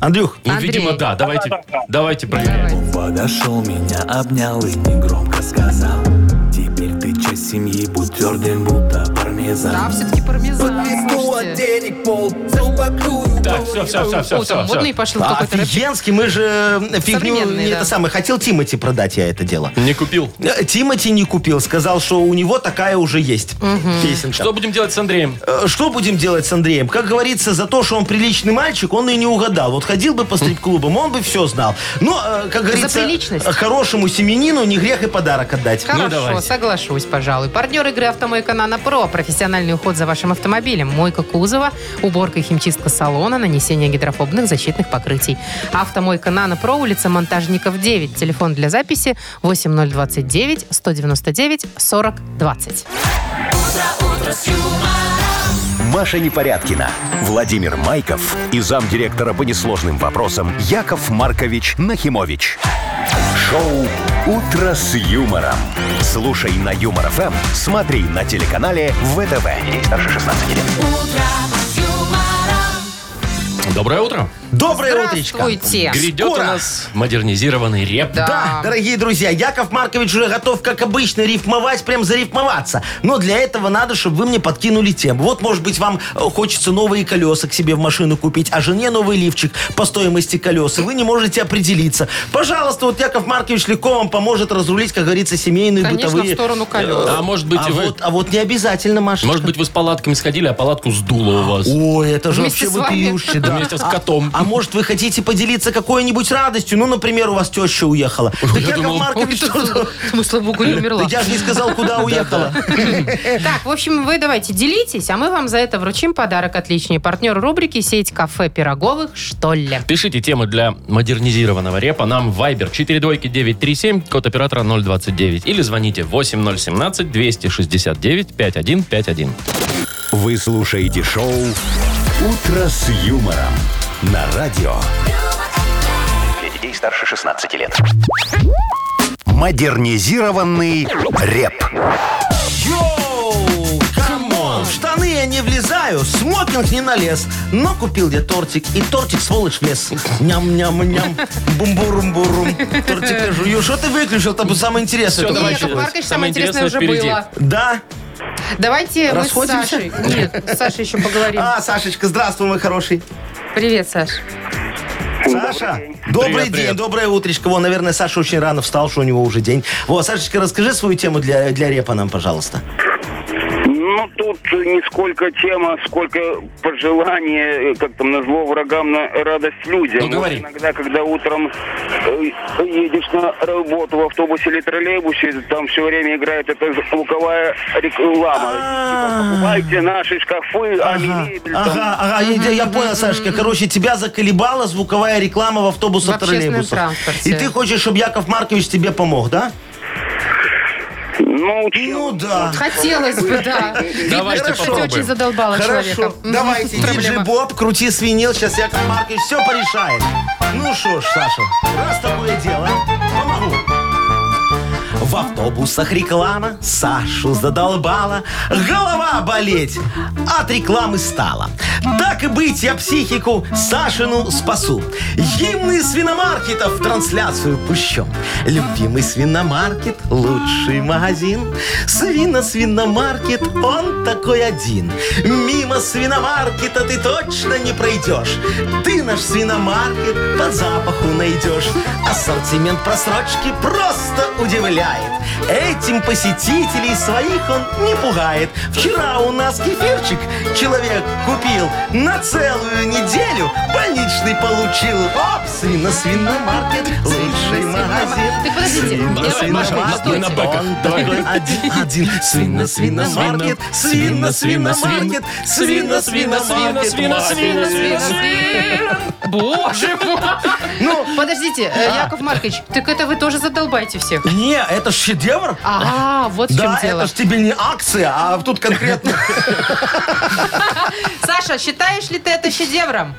Андрюх, Ну, Андрей. видимо, да, давайте, давайте проверяем. Давайте. Подошел меня, обнял и негромко сказал Теперь ты часть семьи, будь твердым, будто Да, пармезан все-таки пармезан. слушайте. денег пол, зубокрую Так, все, все, все, все, О, там модный пошел какой-то рэп. офигенский, мы же э, фигню... Современный, не да. Это самое, хотел Тимати продать я это дело. Не купил. Э, Тимати не купил, сказал, что у него такая уже есть песенка. Что будем делать с Андреем? Э, Что будем делать с Андреем? Как говорится, за то, что он приличный мальчик, он и не угадал. Вот ходил бы Хм. по стрип-клубам, он бы все знал. Но, э, как говорится, приличность. э, хорошему семенину не грех и подарок отдать. Ну, Хорошо, давайте. соглашусь, пожалуй. Партнер игры «Автомойка Нано Про». Профессиональный уход за вашим автомобилем. Мойка кузова, уборка и химчистка салона, нанесение гидрофобных защитных покрытий. «Автомойка Нано Про», улица Монтажников, 9. Телефон для записи 8029-199-4020. Маша Непорядкина, Владимир Майков и замдиректора по несложным вопросам Яков Маркович Нахимович. Шоу «Утро с юмором». Слушай на Юмор ФМ, смотри на телеканале ВТВ. Ей старше 16 лет. Доброе утро. Доброе утречко. Здравствуйте. Грядет Скоро. у нас модернизированный реп. Да, дорогие друзья, Яков Маркович уже готов, как обычно, рифмовать, прям зарифмоваться. Но для этого надо, чтобы вы мне подкинули тему. Вот, может быть, вам э, хочется новые колеса к себе в машину купить, а жене новый лифчик по стоимости колес, и вы не можете определиться. Пожалуйста, вот Яков Маркович легко вам поможет разрулить, как говорится, семейные Конечно, бытовые... в сторону колес. А может быть, а, и вы, вот, а вот не обязательно, Маша. может быть, вы с палатками сходили, а палатку сдуло у вас. Ой, это же Вместе с вообще вами. вопиюще, да. Вместе с котом. А, а может, вы хотите поделиться какой-нибудь радостью? Ну, например, у вас теща уехала. Так Яков думал, Маркович тоже- Смысла богу не умерла. А, Да я же не сказал, куда уехала. Так, в общем, вы давайте делитесь, а мы вам за это вручим подарок отличнее. Партнер рубрики «Сеть кафе пироговых, что ли». Пишите темы для модернизированного репа нам в Viber 42937, код оператора 029. Или звоните 8017-269-5151. Вы слушаете шоу «Утро с юмором» на радио Для детей старше 16 лет. «Модернизированный реп». Йоу, камон, штаны я не влезаю, смокинг не налез. Но купил я тортик, и тортик, сволочь, влез. Ням-ням-ням, бум-бурум-бурум. Тортик я жую. Что ты выключил? Там самое интересное. Всё, только давай началось. началось. Яков Маркович, самое Самое интересное уже интересное впереди. было. Да. Давайте мы с Расходимся? Сашей. Нет, с Сашей еще поговорим. А, Сашечка, здравствуй, мой хороший. Привет, Саш. Саша, добрый Привет, день, привет. доброе утречко. Во, наверное, Саша очень рано встал, что у него уже день. Вот, Сашечка, расскажи свою тему для, для репа нам, пожалуйста. Ну, тут не сколько тема, сколько пожелание, э, как там, на зло врагам, на радость людям. Ну, говори. Вот Иногда, когда утром э, едешь на работу в автобусе или троллейбусе, там все время играет эта звуковая реклама. Типа, покупайте наши шкафы, а А. Ага, мебель там». ага, ага, я, я понял, Сашечка. Короче, тебя заколебала звуковая реклама в В автобусах, общественном троллейбусах. транспорте. И ты хочешь, чтобы Яков Маркович тебе помог, да? Ну, Ну да. Хотелось бы, да. Видно, Давайте что кстати, попробуем. очень задолбала человека. Хорошо, Мгм. давайте, диджей Проблема. Боб, крути свинил, сейчас Яков Маркович все порешает. Ну что ж, Саша, раз такое дело, помогу. В автобусах реклама Сашу задолбала. Голова болеть от рекламы стала. Так и быть, я психику Сашину спасу. Гимны свиномаркетов в трансляцию пущу. Любимый свиномаркет – лучший магазин. Свино-свиномаркет, он такой один. Мимо свиномаркета ты точно не пройдешь. Ты наш свиномаркет по запаху найдешь. Ассортимент просрочки просто удивляет. Этим посетителей своих он не пугает. Вчера у нас кефирчик человек купил на целую неделю. Больничный получил. Оп, свино свиномаркет, лучший магазин. Так подождите, Давай, Яков Маша, Маркович, мы на стойте. бэках. Он Давай. такой один, один. Свино, свино, свиномаркет, свино, свино, свиномаркет, свино, свино, свино, свино, свино, Свин, свин. Боже мой. Ну, подождите, э, А. Яков Маркович, так это вы тоже задолбаете всех. Не, это ж шедевр. А, вот в чем Да, дело. это ж тебе не акция, а тут конкретно. Саша, считаешь ли ты это шедевром?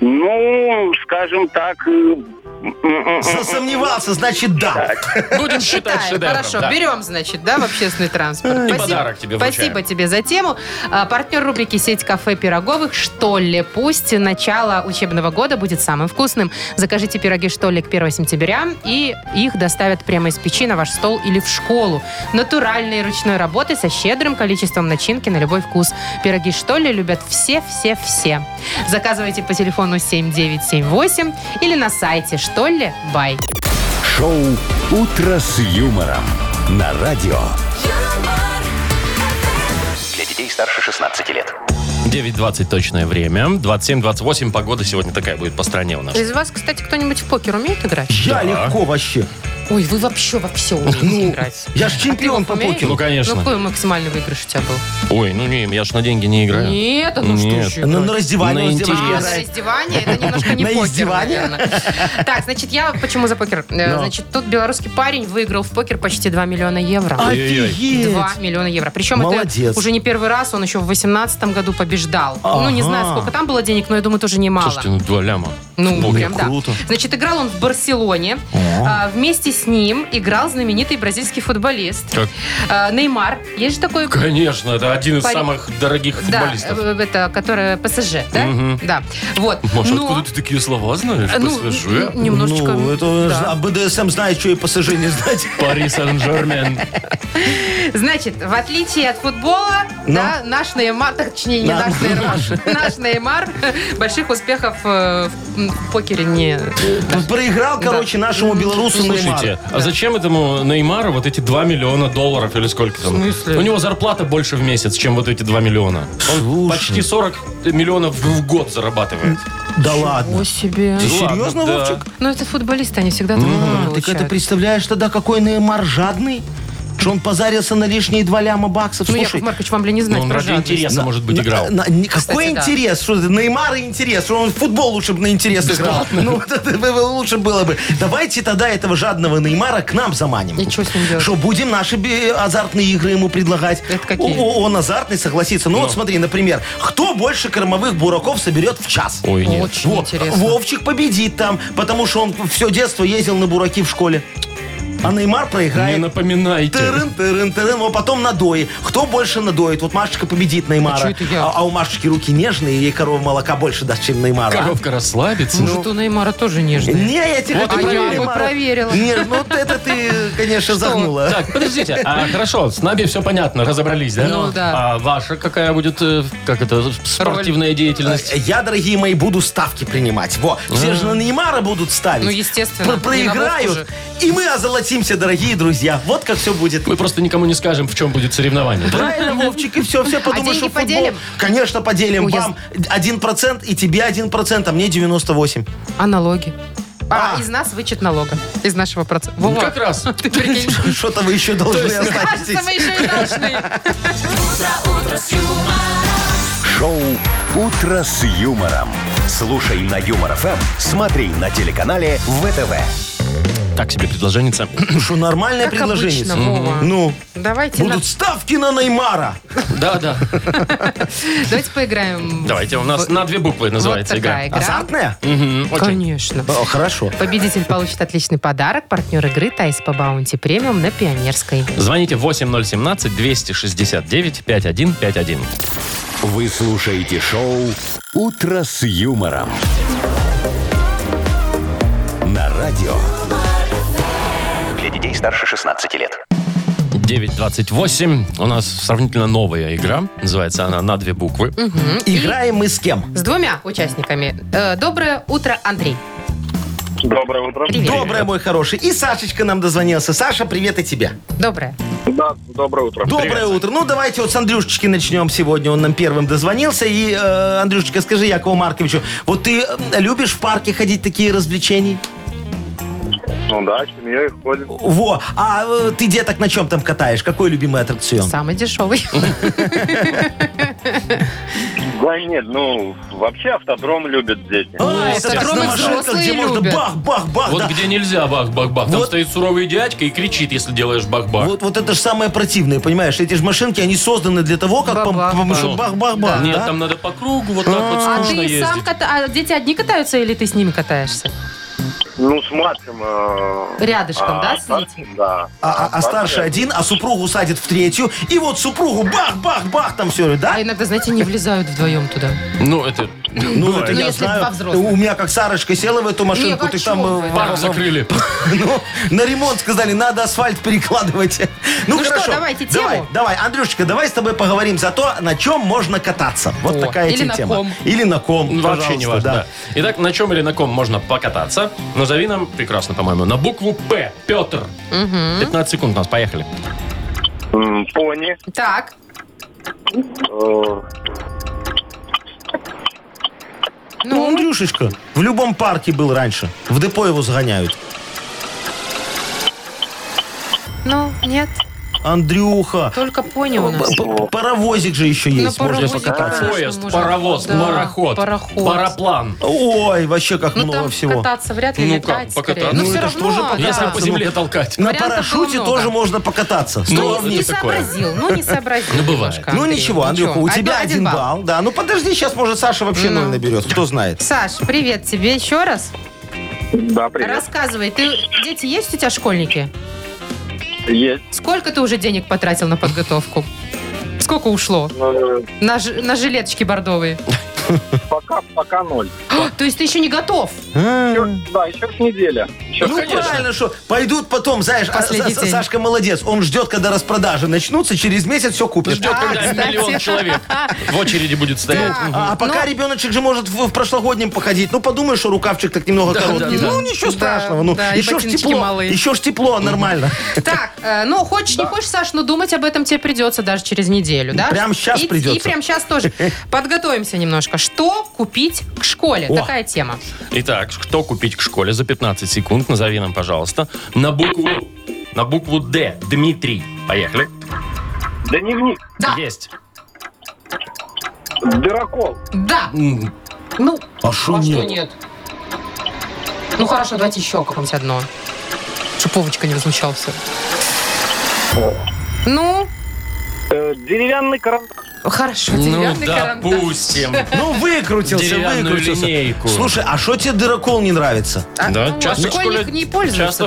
ну, скажем так, э, м, м, м. Засомневался, значит да. Будем считать Считаем. шедевром. Хорошо, да. берем, значит, да, в общественный транспорт. И подарок тебе вручаем. Спасибо тебе за тему. А, Партнер рубрики «Сеть кафе пироговых» «Что ли?» Пусть начало учебного года будет самым вкусным. Закажите пироги «Что ли?» к 1 сентября, и их доставят прямо из печи на ваш стол или в школу. Натуральные ручной работы со щедрым количеством начинки на любой вкус. Пироги «Что ли?» любят все-все-все. Заказывайте по телефону 7978 или на сайте «Что ли?» Бай. Шоу «Утро с юмором» на радио. Для детей старше 16 лет. 9.20 точное время. 27-28 погода сегодня такая будет по стране у нас. Из вас, кстати, кто-нибудь в покер умеет играть? Я легко вообще. Ой, вы вообще во все умеете Ну, играть. А я ж чемпион по умеешь? покеру. Ну, Ну, конечно. какой максимальный выигрыш у тебя был? Ой, ну не, я ж на деньги не играю. Нет, а ну Нет. что еще? На, на играть? раздевание, На на раздевание А, интерес. играет. на издевание? Это немножко не На покер, издевание? наверное. Так, значит, я почему за покер? Э, Ну. Значит, тут белорусский парень выиграл в покер почти 2 миллиона евро. Ой-ой-ой. Офигеть. 2 миллиона евро. Причем Молодец. это уже не первый раз, он еще в 2018 году побеждал. Ну, не знаю, Ага. сколько там было денег, но я думаю, тоже немало. Слушайте, ну 2 ляма. Ну, Бог, прям да. круто. Значит, играл он в Барселоне. А, вместе с ним играл знаменитый бразильский футболист. Как? А, Неймар. Есть же такой... Конечно, это один из Парень- самых дорогих Да, футболистов. э, это, которая ПСЖ, да? Мгм. Да. Вот. Маша, Но- откуда ты такие слова знаешь? э, ну, ПСЖ? н- немножечко... Ну, это да. ж- а БДСМ знает, что и пассажир не знает. Пари Сен-Жермен. Значит, в отличие от футбола, Ну? да, наш Неймар, точнее, не Да. наш Неймар, наш Неймар больших успехов э, в м, в покере не... Проиграл, короче, нашему Ну, белорусу Слушайте, Неймару. а зачем этому Неймару вот эти 2 миллиона долларов или сколько там? смысле? У него зарплата больше в месяц, чем вот эти 2 миллиона. Он Слушай. ну. почти 40 миллионов в год зарабатывает. Да ладно. О себе. Ты Ну ладно, серьезно, да. Вовчик? Ну, это футболисты, они всегда так много А, так это получают. представляешь тогда, какой Неймар жадный? Что он позарился на лишние два ляма баксов. Ну, Слушай, Яков Маркович, вам ли не Но знать он про ради жадность? интереса, может быть, играл. на- на- какой Кстати, да. интерес? Что ты, Неймар и интерес? Что он в футбол лучше бы на интерес играл. Ну, вот это бы лучше было бы. Давайте тогда этого жадного Неймара к нам заманим. И чё с ним делать? Что будем наши би- азартные игры ему предлагать. Это какие? О, о, Он азартный, согласится. Ну вот смотри, например, кто больше кормовых бураков соберет в час? Ой, нет. Очень Вот, интересно. Вовчик победит там, потому что он все детство ездил на бураки в школе. А Неймар Не проиграет. напоминайте. Тырын, тырын, тырын. Вот потом надои. Кто больше надоит? Вот Машечка победит Неймара. А чё это я? а у Машечки руки нежные, ей корова молока больше даст, чем Неймара. Коровка расслабится. ну, Может, у Неймара тоже нежный. Не, я тебе Вот хотел и про я бы Неймара. проверила. Не, ну вот это ты, конечно, загнула. Так, подождите. А, хорошо, с нами все понятно, разобрались, да? Ну, да. А ваша какая будет, э, как это, спортивная деятельность? Э, Э, Я, дорогие мои, буду ставки принимать. Во, все А. же на Неймара будут ставить. Ну, естественно, Про- не на Вовку же. проиграют, и мы озолотимся, дорогие друзья. Вот как все будет. Мы просто никому не скажем, в чем будет соревнование. да? Правильно, Вовчик, и все, все подумают, А деньги что футбол. поделим? Конечно, поделим. Ну, я- Вам 1% и тебе 1%, а мне 98. А налоги? А, А. из нас вычет налога. Из нашего процента. Ну, Как раз. Ты прикинь, Что-то вы еще должны остаться кажется, мы еще и должны. Шоу «Утро с юмором». Слушай на Юмор ФМ, смотри на телеканале ВТВ. Так себе предложение. Что, нормальное Как предложение. обычно, Вова. Ну, Давайте на- будут ставки на Неймара. Да, да. давайте поиграем. Давайте, у нас на две буквы называется вот такая игра. игра. Азартная? Мгм, Очень. Конечно. О, Хорошо. Победитель получит отличный подарок. Партнер игры Тайс по Баунти Премиум на Пионерской. Звоните 8017-269-5151. Вы слушаете шоу «Утро с юмором». На радио Для детей старше 16 лет. 928. У нас сравнительно новая игра. Называется она «На две буквы». Играем мы с кем? С двумя участниками. Э, доброе утро, Андрей. Доброе утро. Привет. Доброе, мой хороший. И Сашечка нам дозвонился. Саша, привет и тебе. Доброе. Да, доброе утро. Доброе утро. Ну, давайте вот с Андрюшечки начнем сегодня. Он нам первым дозвонился. И, э, Андрюшечка, скажи Якову Марковичу, вот ты э, любишь в парке ходить такие развлечения? Ну да, семьей ходим. Во, а э, ты деток на чем там катаешь? Какой любимый Ну. аттракцион? Самый дешевый. Да нет, ну, вообще автодром любят дети. А, это автодромы на машинках, взрослые где можно любят. бах-бах-бах. Вот да. где нельзя бах-бах-бах. Там Вот. стоит суровый дядька и кричит, если делаешь бах-бах. Вот, вот это же самое противное, понимаешь? Эти же машинки, они созданы для того, как пом- Бабах, пом- бах. чтоб бах-бах-бах. Нет, да? там надо по кругу, вот так вот А скучно ты сам ездить. ката... а дети одни катаются или ты с ними катаешься? Ну, с младшим... э, Рядышком, а, да, старшим, сидите? Да. А, а- а старший один, а супругу садит в третью, и вот супругу бах-бах-бах там все, да? А иногда, знаете, не влезают вдвоем туда. Ну, это Ну, это Ну, я если знаю. по-взрослому. У меня как Сарочка села в эту машинку, Не, а ты чё там... вы, э, да. парк закрыли. Ну, на ремонт сказали, надо асфальт перекладывать. Ну, Ну что, хорошо. давайте тему. Давай, давай, Андрюшечка, давай с тобой поговорим за то, на чем можно кататься. Вот О, такая или тебе на тема. ком. Или на ком. Ну, Вообще пожалуйста, не важно. да. Итак, на чем или на ком можно покататься? Назови нам, прекрасно, по-моему, на букву П. Петр. 15 секунд у нас, поехали. М, Пони. Так, э, Ну, Андрюшечка, в любом парке был раньше. В депо его загоняют. ну, нет, Андрюха. только пони у нас. п- п- Паровозик же еще есть, можно паровозик, покататься. конечно, Поезд, можно. паровоз, Да, пароход, пароход. параплан. Ой, вообще как Ну, много там всего. кататься вряд ли, Ну, летать как скорее. покататься? Ну, Ну, все это ж тоже равно, покататься. Если да. по ну, земле толкать. На Вариантов парашюте было много. тоже можно покататься. Строго Ну, это вниз. не такое. сообразил, ну, не сообразил. Ну, бывает. немножко, Ну Андрей, ничего, Андрюха, у ничего. тебя один балл. Да, ну подожди, сейчас, может, Саша вообще Ну. ноль наберет. Кто знает. Саш, привет тебе еще раз. Да, привет. Рассказывай, ты дети есть у тебя школьники? Есть. Сколько ты уже денег потратил на подготовку? Сколько ушло? э, На, ж- на жилеточки бордовые. Пока, пока ноль. А, То есть ты еще не готов? Еще- Да, еще ж неделя. Еще Ну, ж неделя. правильно, что пойдут потом, знаешь, а Последний Са- день. Сашка молодец, он ждет, когда распродажи начнутся, через месяц все купит. Ждет, Да, когда кстати. миллион человек в очереди будет стоять. Да. Мгм. А, а пока ребеночек же может в, в прошлогоднем походить. Ну, подумаешь, что рукавчик так немного Да, короткий. да, да. Ну, ничего Да, страшного. Ну, да, и еще ж ботиночки тепло. малые. Еще ж тепло, нормально. Так, э, ну хочешь, не хочешь, Саш, но думать об этом тебе придется даже через неделю, да? Прям щас И- придется. И прям сейчас тоже. Подготовимся немножко. Что купить к школе? О. Такая тема. Итак, что купить к школе за 15 секунд? Назови нам, пожалуйста. На букву... На букву Д. Дмитрий. Поехали. Дневник. Да. Есть. Дырокол. Да. М, Ну, А что а что нет? Ну хорошо, давайте еще какое-нибудь одно. Чтоб Вовочка не возмущался. Ну, Э, Деревянный карандаш. Хорошо, Ну, деревянный карандаш. допустим. Ну, выкрутился, Деревянную выкрутился. линейку. Слушай, а что тебе дырокол не нравится? А, Да, ну, а часто в школьник школе- не пользуется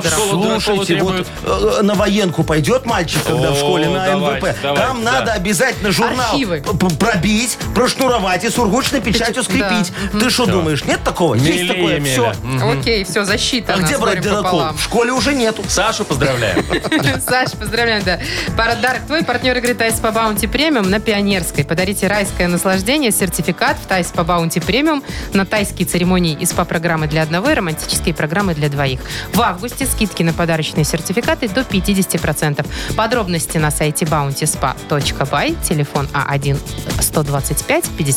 часто в дорогой. школу дырокола Слушайте, вот требуют. э, на военку пойдет мальчик, когда О, в школе на давайте, НВП. давайте, Там да. надо обязательно журнал Архивы. п- п- пробить, прошнуровать и сургучной Печать, печатью скрепить. Ты что думаешь, нет такого? Есть Мели, такое, мели. все. М. Окей, все, защита. А она, где с брать горем дырокол? пополам. В школе уже нету. Сашу поздравляю. Саш, поздравляем, да. Подарок твой, партнер игры Тайс по Баунти Премиум на Пионерской. Подарите райское наслаждение, сертификат в Тайс по Баунти Премиум на тайские церемонии и СПА-программы для одного и романтические программы для двоих. В августе скидки на подарочные сертификаты до 50%. Подробности на сайте bountyspa.by, телефон А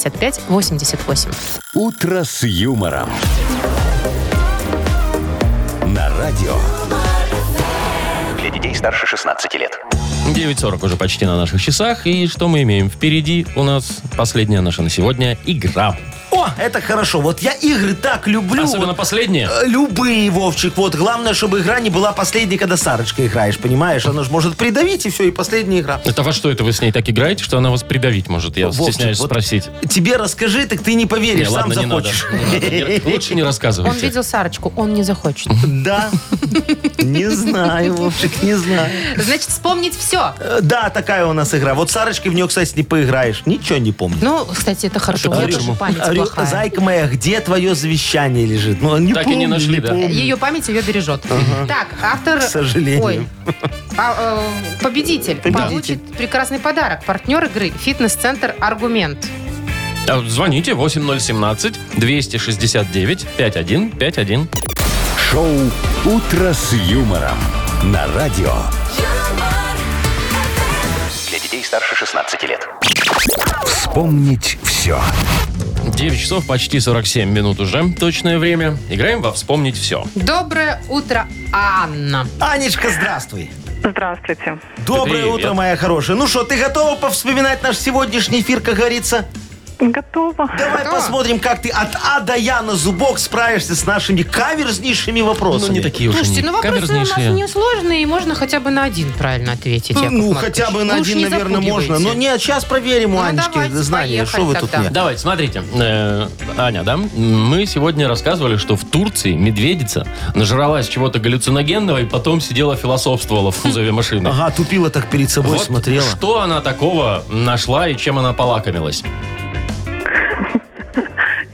А1-125-55-88. «Утро с юмором». На радио. Для детей старше 16 лет. 9.40 уже почти на наших часах. И что мы имеем? Впереди у нас последняя наша на сегодня игра. О, это хорошо. Вот я игры так люблю. Особенно Вот, последняя. э, Любые, Вовчик. Вот главное, чтобы игра не была последней, когда Сарочка играешь, понимаешь? Она же может придавить, и все, и последняя игра. Это во что это вы с ней так играете, что она вас придавить может? Я Вовчик, стесняюсь вот спросить. Тебе расскажи, так ты не Не, поверишь, сам ладно, не надо. захочешь. Не надо, Герк, Лучше не Он рассказывайте. видел Сарочку, он не захочет. Да. Не знаю, Вовчик, не знаю. Значит, вспомнить все. Э, Да, такая у нас игра. Вот Сарочки в нее, кстати, не поиграешь. Ничего не помню. Ну, кстати, это хорошо. У меня Орел. тоже память Говорю, типа плохая. А зайка моя, где твое завещание лежит? Ну, не Так и не помню, нашли, да? помню. Ее Э, память ее бережет. Так, автор... К сожалению. Ой. А, э, победитель, Победитель. получит прекрасный подарок. Партнер игры «Фитнес-центр Аргумент». А, Звоните 8017-269-5151. Шоу «Утро с юмором». На радио. Для детей старше 16 лет. Вспомнить все. 9 часов почти 47 минут уже. Точное время. Играем во «Вспомнить все». Доброе утро, Анна. Анечка, здравствуй. Здравствуйте. Доброе Привет. утро, моя хорошая. Ну что, ты готова повспоминать наш сегодняшний эфир, как говорится? Готово. Давай Готова. посмотрим, как ты от А до Я на зубок справишься с нашими каверзнейшими вопросами. Ну, не такие уж Слушайте, они ну вопросы у нас каверзнейшие. несложные, и можно хотя бы на один правильно ответить. Яков Ну, Маркович. хотя бы на Вы уж один, не наверное, можно. Но запугивайте. нет, сейчас проверим у Ну, Анечки давайте, знания. поехали Что вы тут тогда. мне? Давайте, смотрите. Э, Аня, да? Мы сегодня рассказывали, что в Турции медведица нажралась чего-то галлюциногенного и потом сидела философствовала Хм. в кузове машины. Ага, тупила так перед собой, Вот смотрела. Что она такого нашла и чем она полакомилась?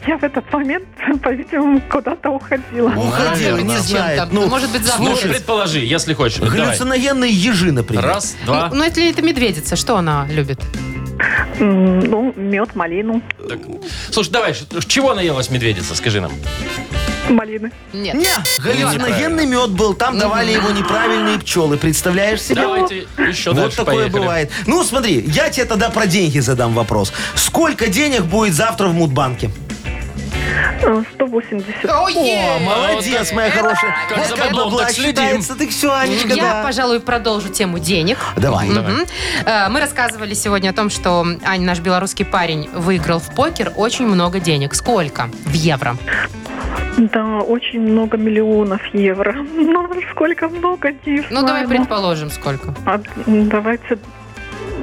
Я в этот момент, по-видимому, куда-то уходила. Уходила, Наверное. не знает. Чем-то. Ну, Может быть, завтра. Ну, слушай, предположи, если хочешь. Давай. галлюциногенные ежи, например. Раз, два. Ну, ну, если это медведица, что она любит? М, Ну, мед, малину, ну. Слушай, давай, ш- чего наелась медведица, скажи нам. малины. Нет. Не, галлюциногенный мед был, там давали его неправильные пчелы, представляешь себе? Давайте еще Вот дальше такое поехали. бывает. Ну, смотри, я тебе тогда про деньги задам вопрос. Сколько денег будет завтра в Мудбанке? Э, 180. Ой, Молодец, моя хорошая. Как вот за как баблом, бабла так следим. считается, так все, Анечка, Я, да. пожалуй, продолжу тему денег. Давай. Мгм. Э, Мы рассказывали сегодня о том, что Ань, наш белорусский парень, выиграл в покер очень много денег. Сколько? В евро. Да, очень много миллионов евро. Ну, сколько много, не Ну, давай знаю. предположим, сколько? А, м, Давайте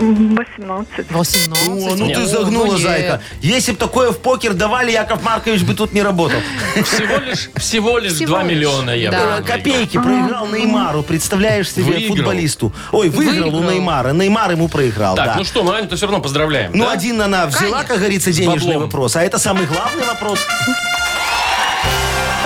м, 18. 18. О, ну Нет. ты О, загнула, нет. зайка. Если бы такое в покер давали, Яков Маркович бы тут не работал. Всего лишь, всего лишь Всего 2 лишь. миллиона евро. Да. Э, Копейки проиграл Неймару, представляешь себе, Выиграл. футболисту. Ой, выиграл, Выиграл. у Неймара. Неймар ему проиграл, Так, да. ну что, мы Аню-то все равно поздравляем. Ну, да? один она взяла, как говорится, денежный баблом. вопрос. А это самый главный вопрос.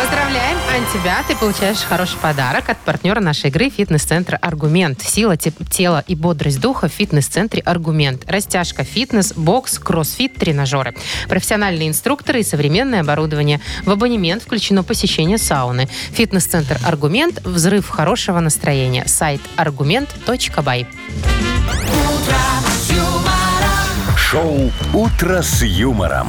Поздравляем, Ань, тебя. Ты получаешь хороший подарок от партнера нашей игры фитнес-центра «Аргумент». Сила те- тела и бодрость духа в фитнес-центре «Аргумент». Растяжка, фитнес, бокс, кроссфит, тренажеры. Профессиональные инструкторы и современное оборудование. В абонемент включено посещение сауны. Фитнес-центр «Аргумент» – взрыв хорошего настроения. Сайт argument.by. Шоу «Утро с юмором».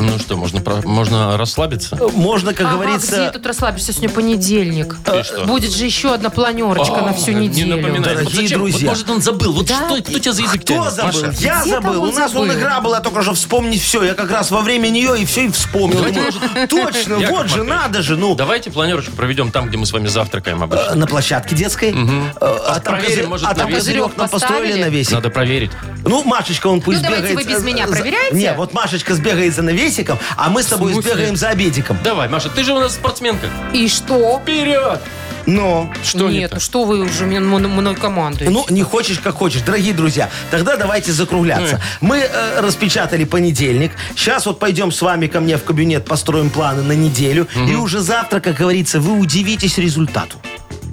Ну что, можно, про- можно расслабиться? Можно, как А где говорится, тут расслабишься? Сегодня понедельник. И что? Будет же еще одна планерочка на всю Не неделю. напоминай. Вот Дорогие зачем? Вот друзья. может, он забыл. Вот Да. что, кто тебя за язык кто тянет, забыл? Маша? Я Где там забыл. он У нас забыл? вон игра была только что вспомнить все. Я как раз во время нее и все и вспомнил. Давайте, Думаю, Ну, может, Точно, Яков вот же, Маркович, надо же. Ну, Давайте планерочку проведем там, где мы с вами завтракаем э, обычно. на площадке детской. Э, А там Проверим, козырь- может, а там навесик. козырек нам поставили Поставили? навесик. Надо проверить. Ну, Машечка, он пусть Ну, давайте бегает. вы без э, меня за- проверяйте. Не, вот Машечка сбегает за навесиком, а мы с тобой смысле? сбегаем за обедиком. Давай, Маша, ты же у нас спортсменка. И что? Вперед! Но... Что не Нет, так? ну что вы уже мн- мн- мной командуете? Ну, не хочешь, как хочешь. Дорогие друзья, тогда давайте закругляться. Мы э, распечатали понедельник. Сейчас вот пойдем с вами ко мне в кабинет, построим планы на неделю. И уже завтра, как говорится, вы удивитесь результату.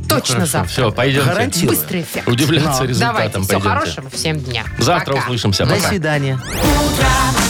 Точно завтра. Все, пойдемте. Гарантирую. Быстрый эффект. Ну, Удивляться Ну, результатам Давайте, всего пойдемте. хорошего, всем дня. Завтра Пока. услышимся. До Пока. свидания. Утро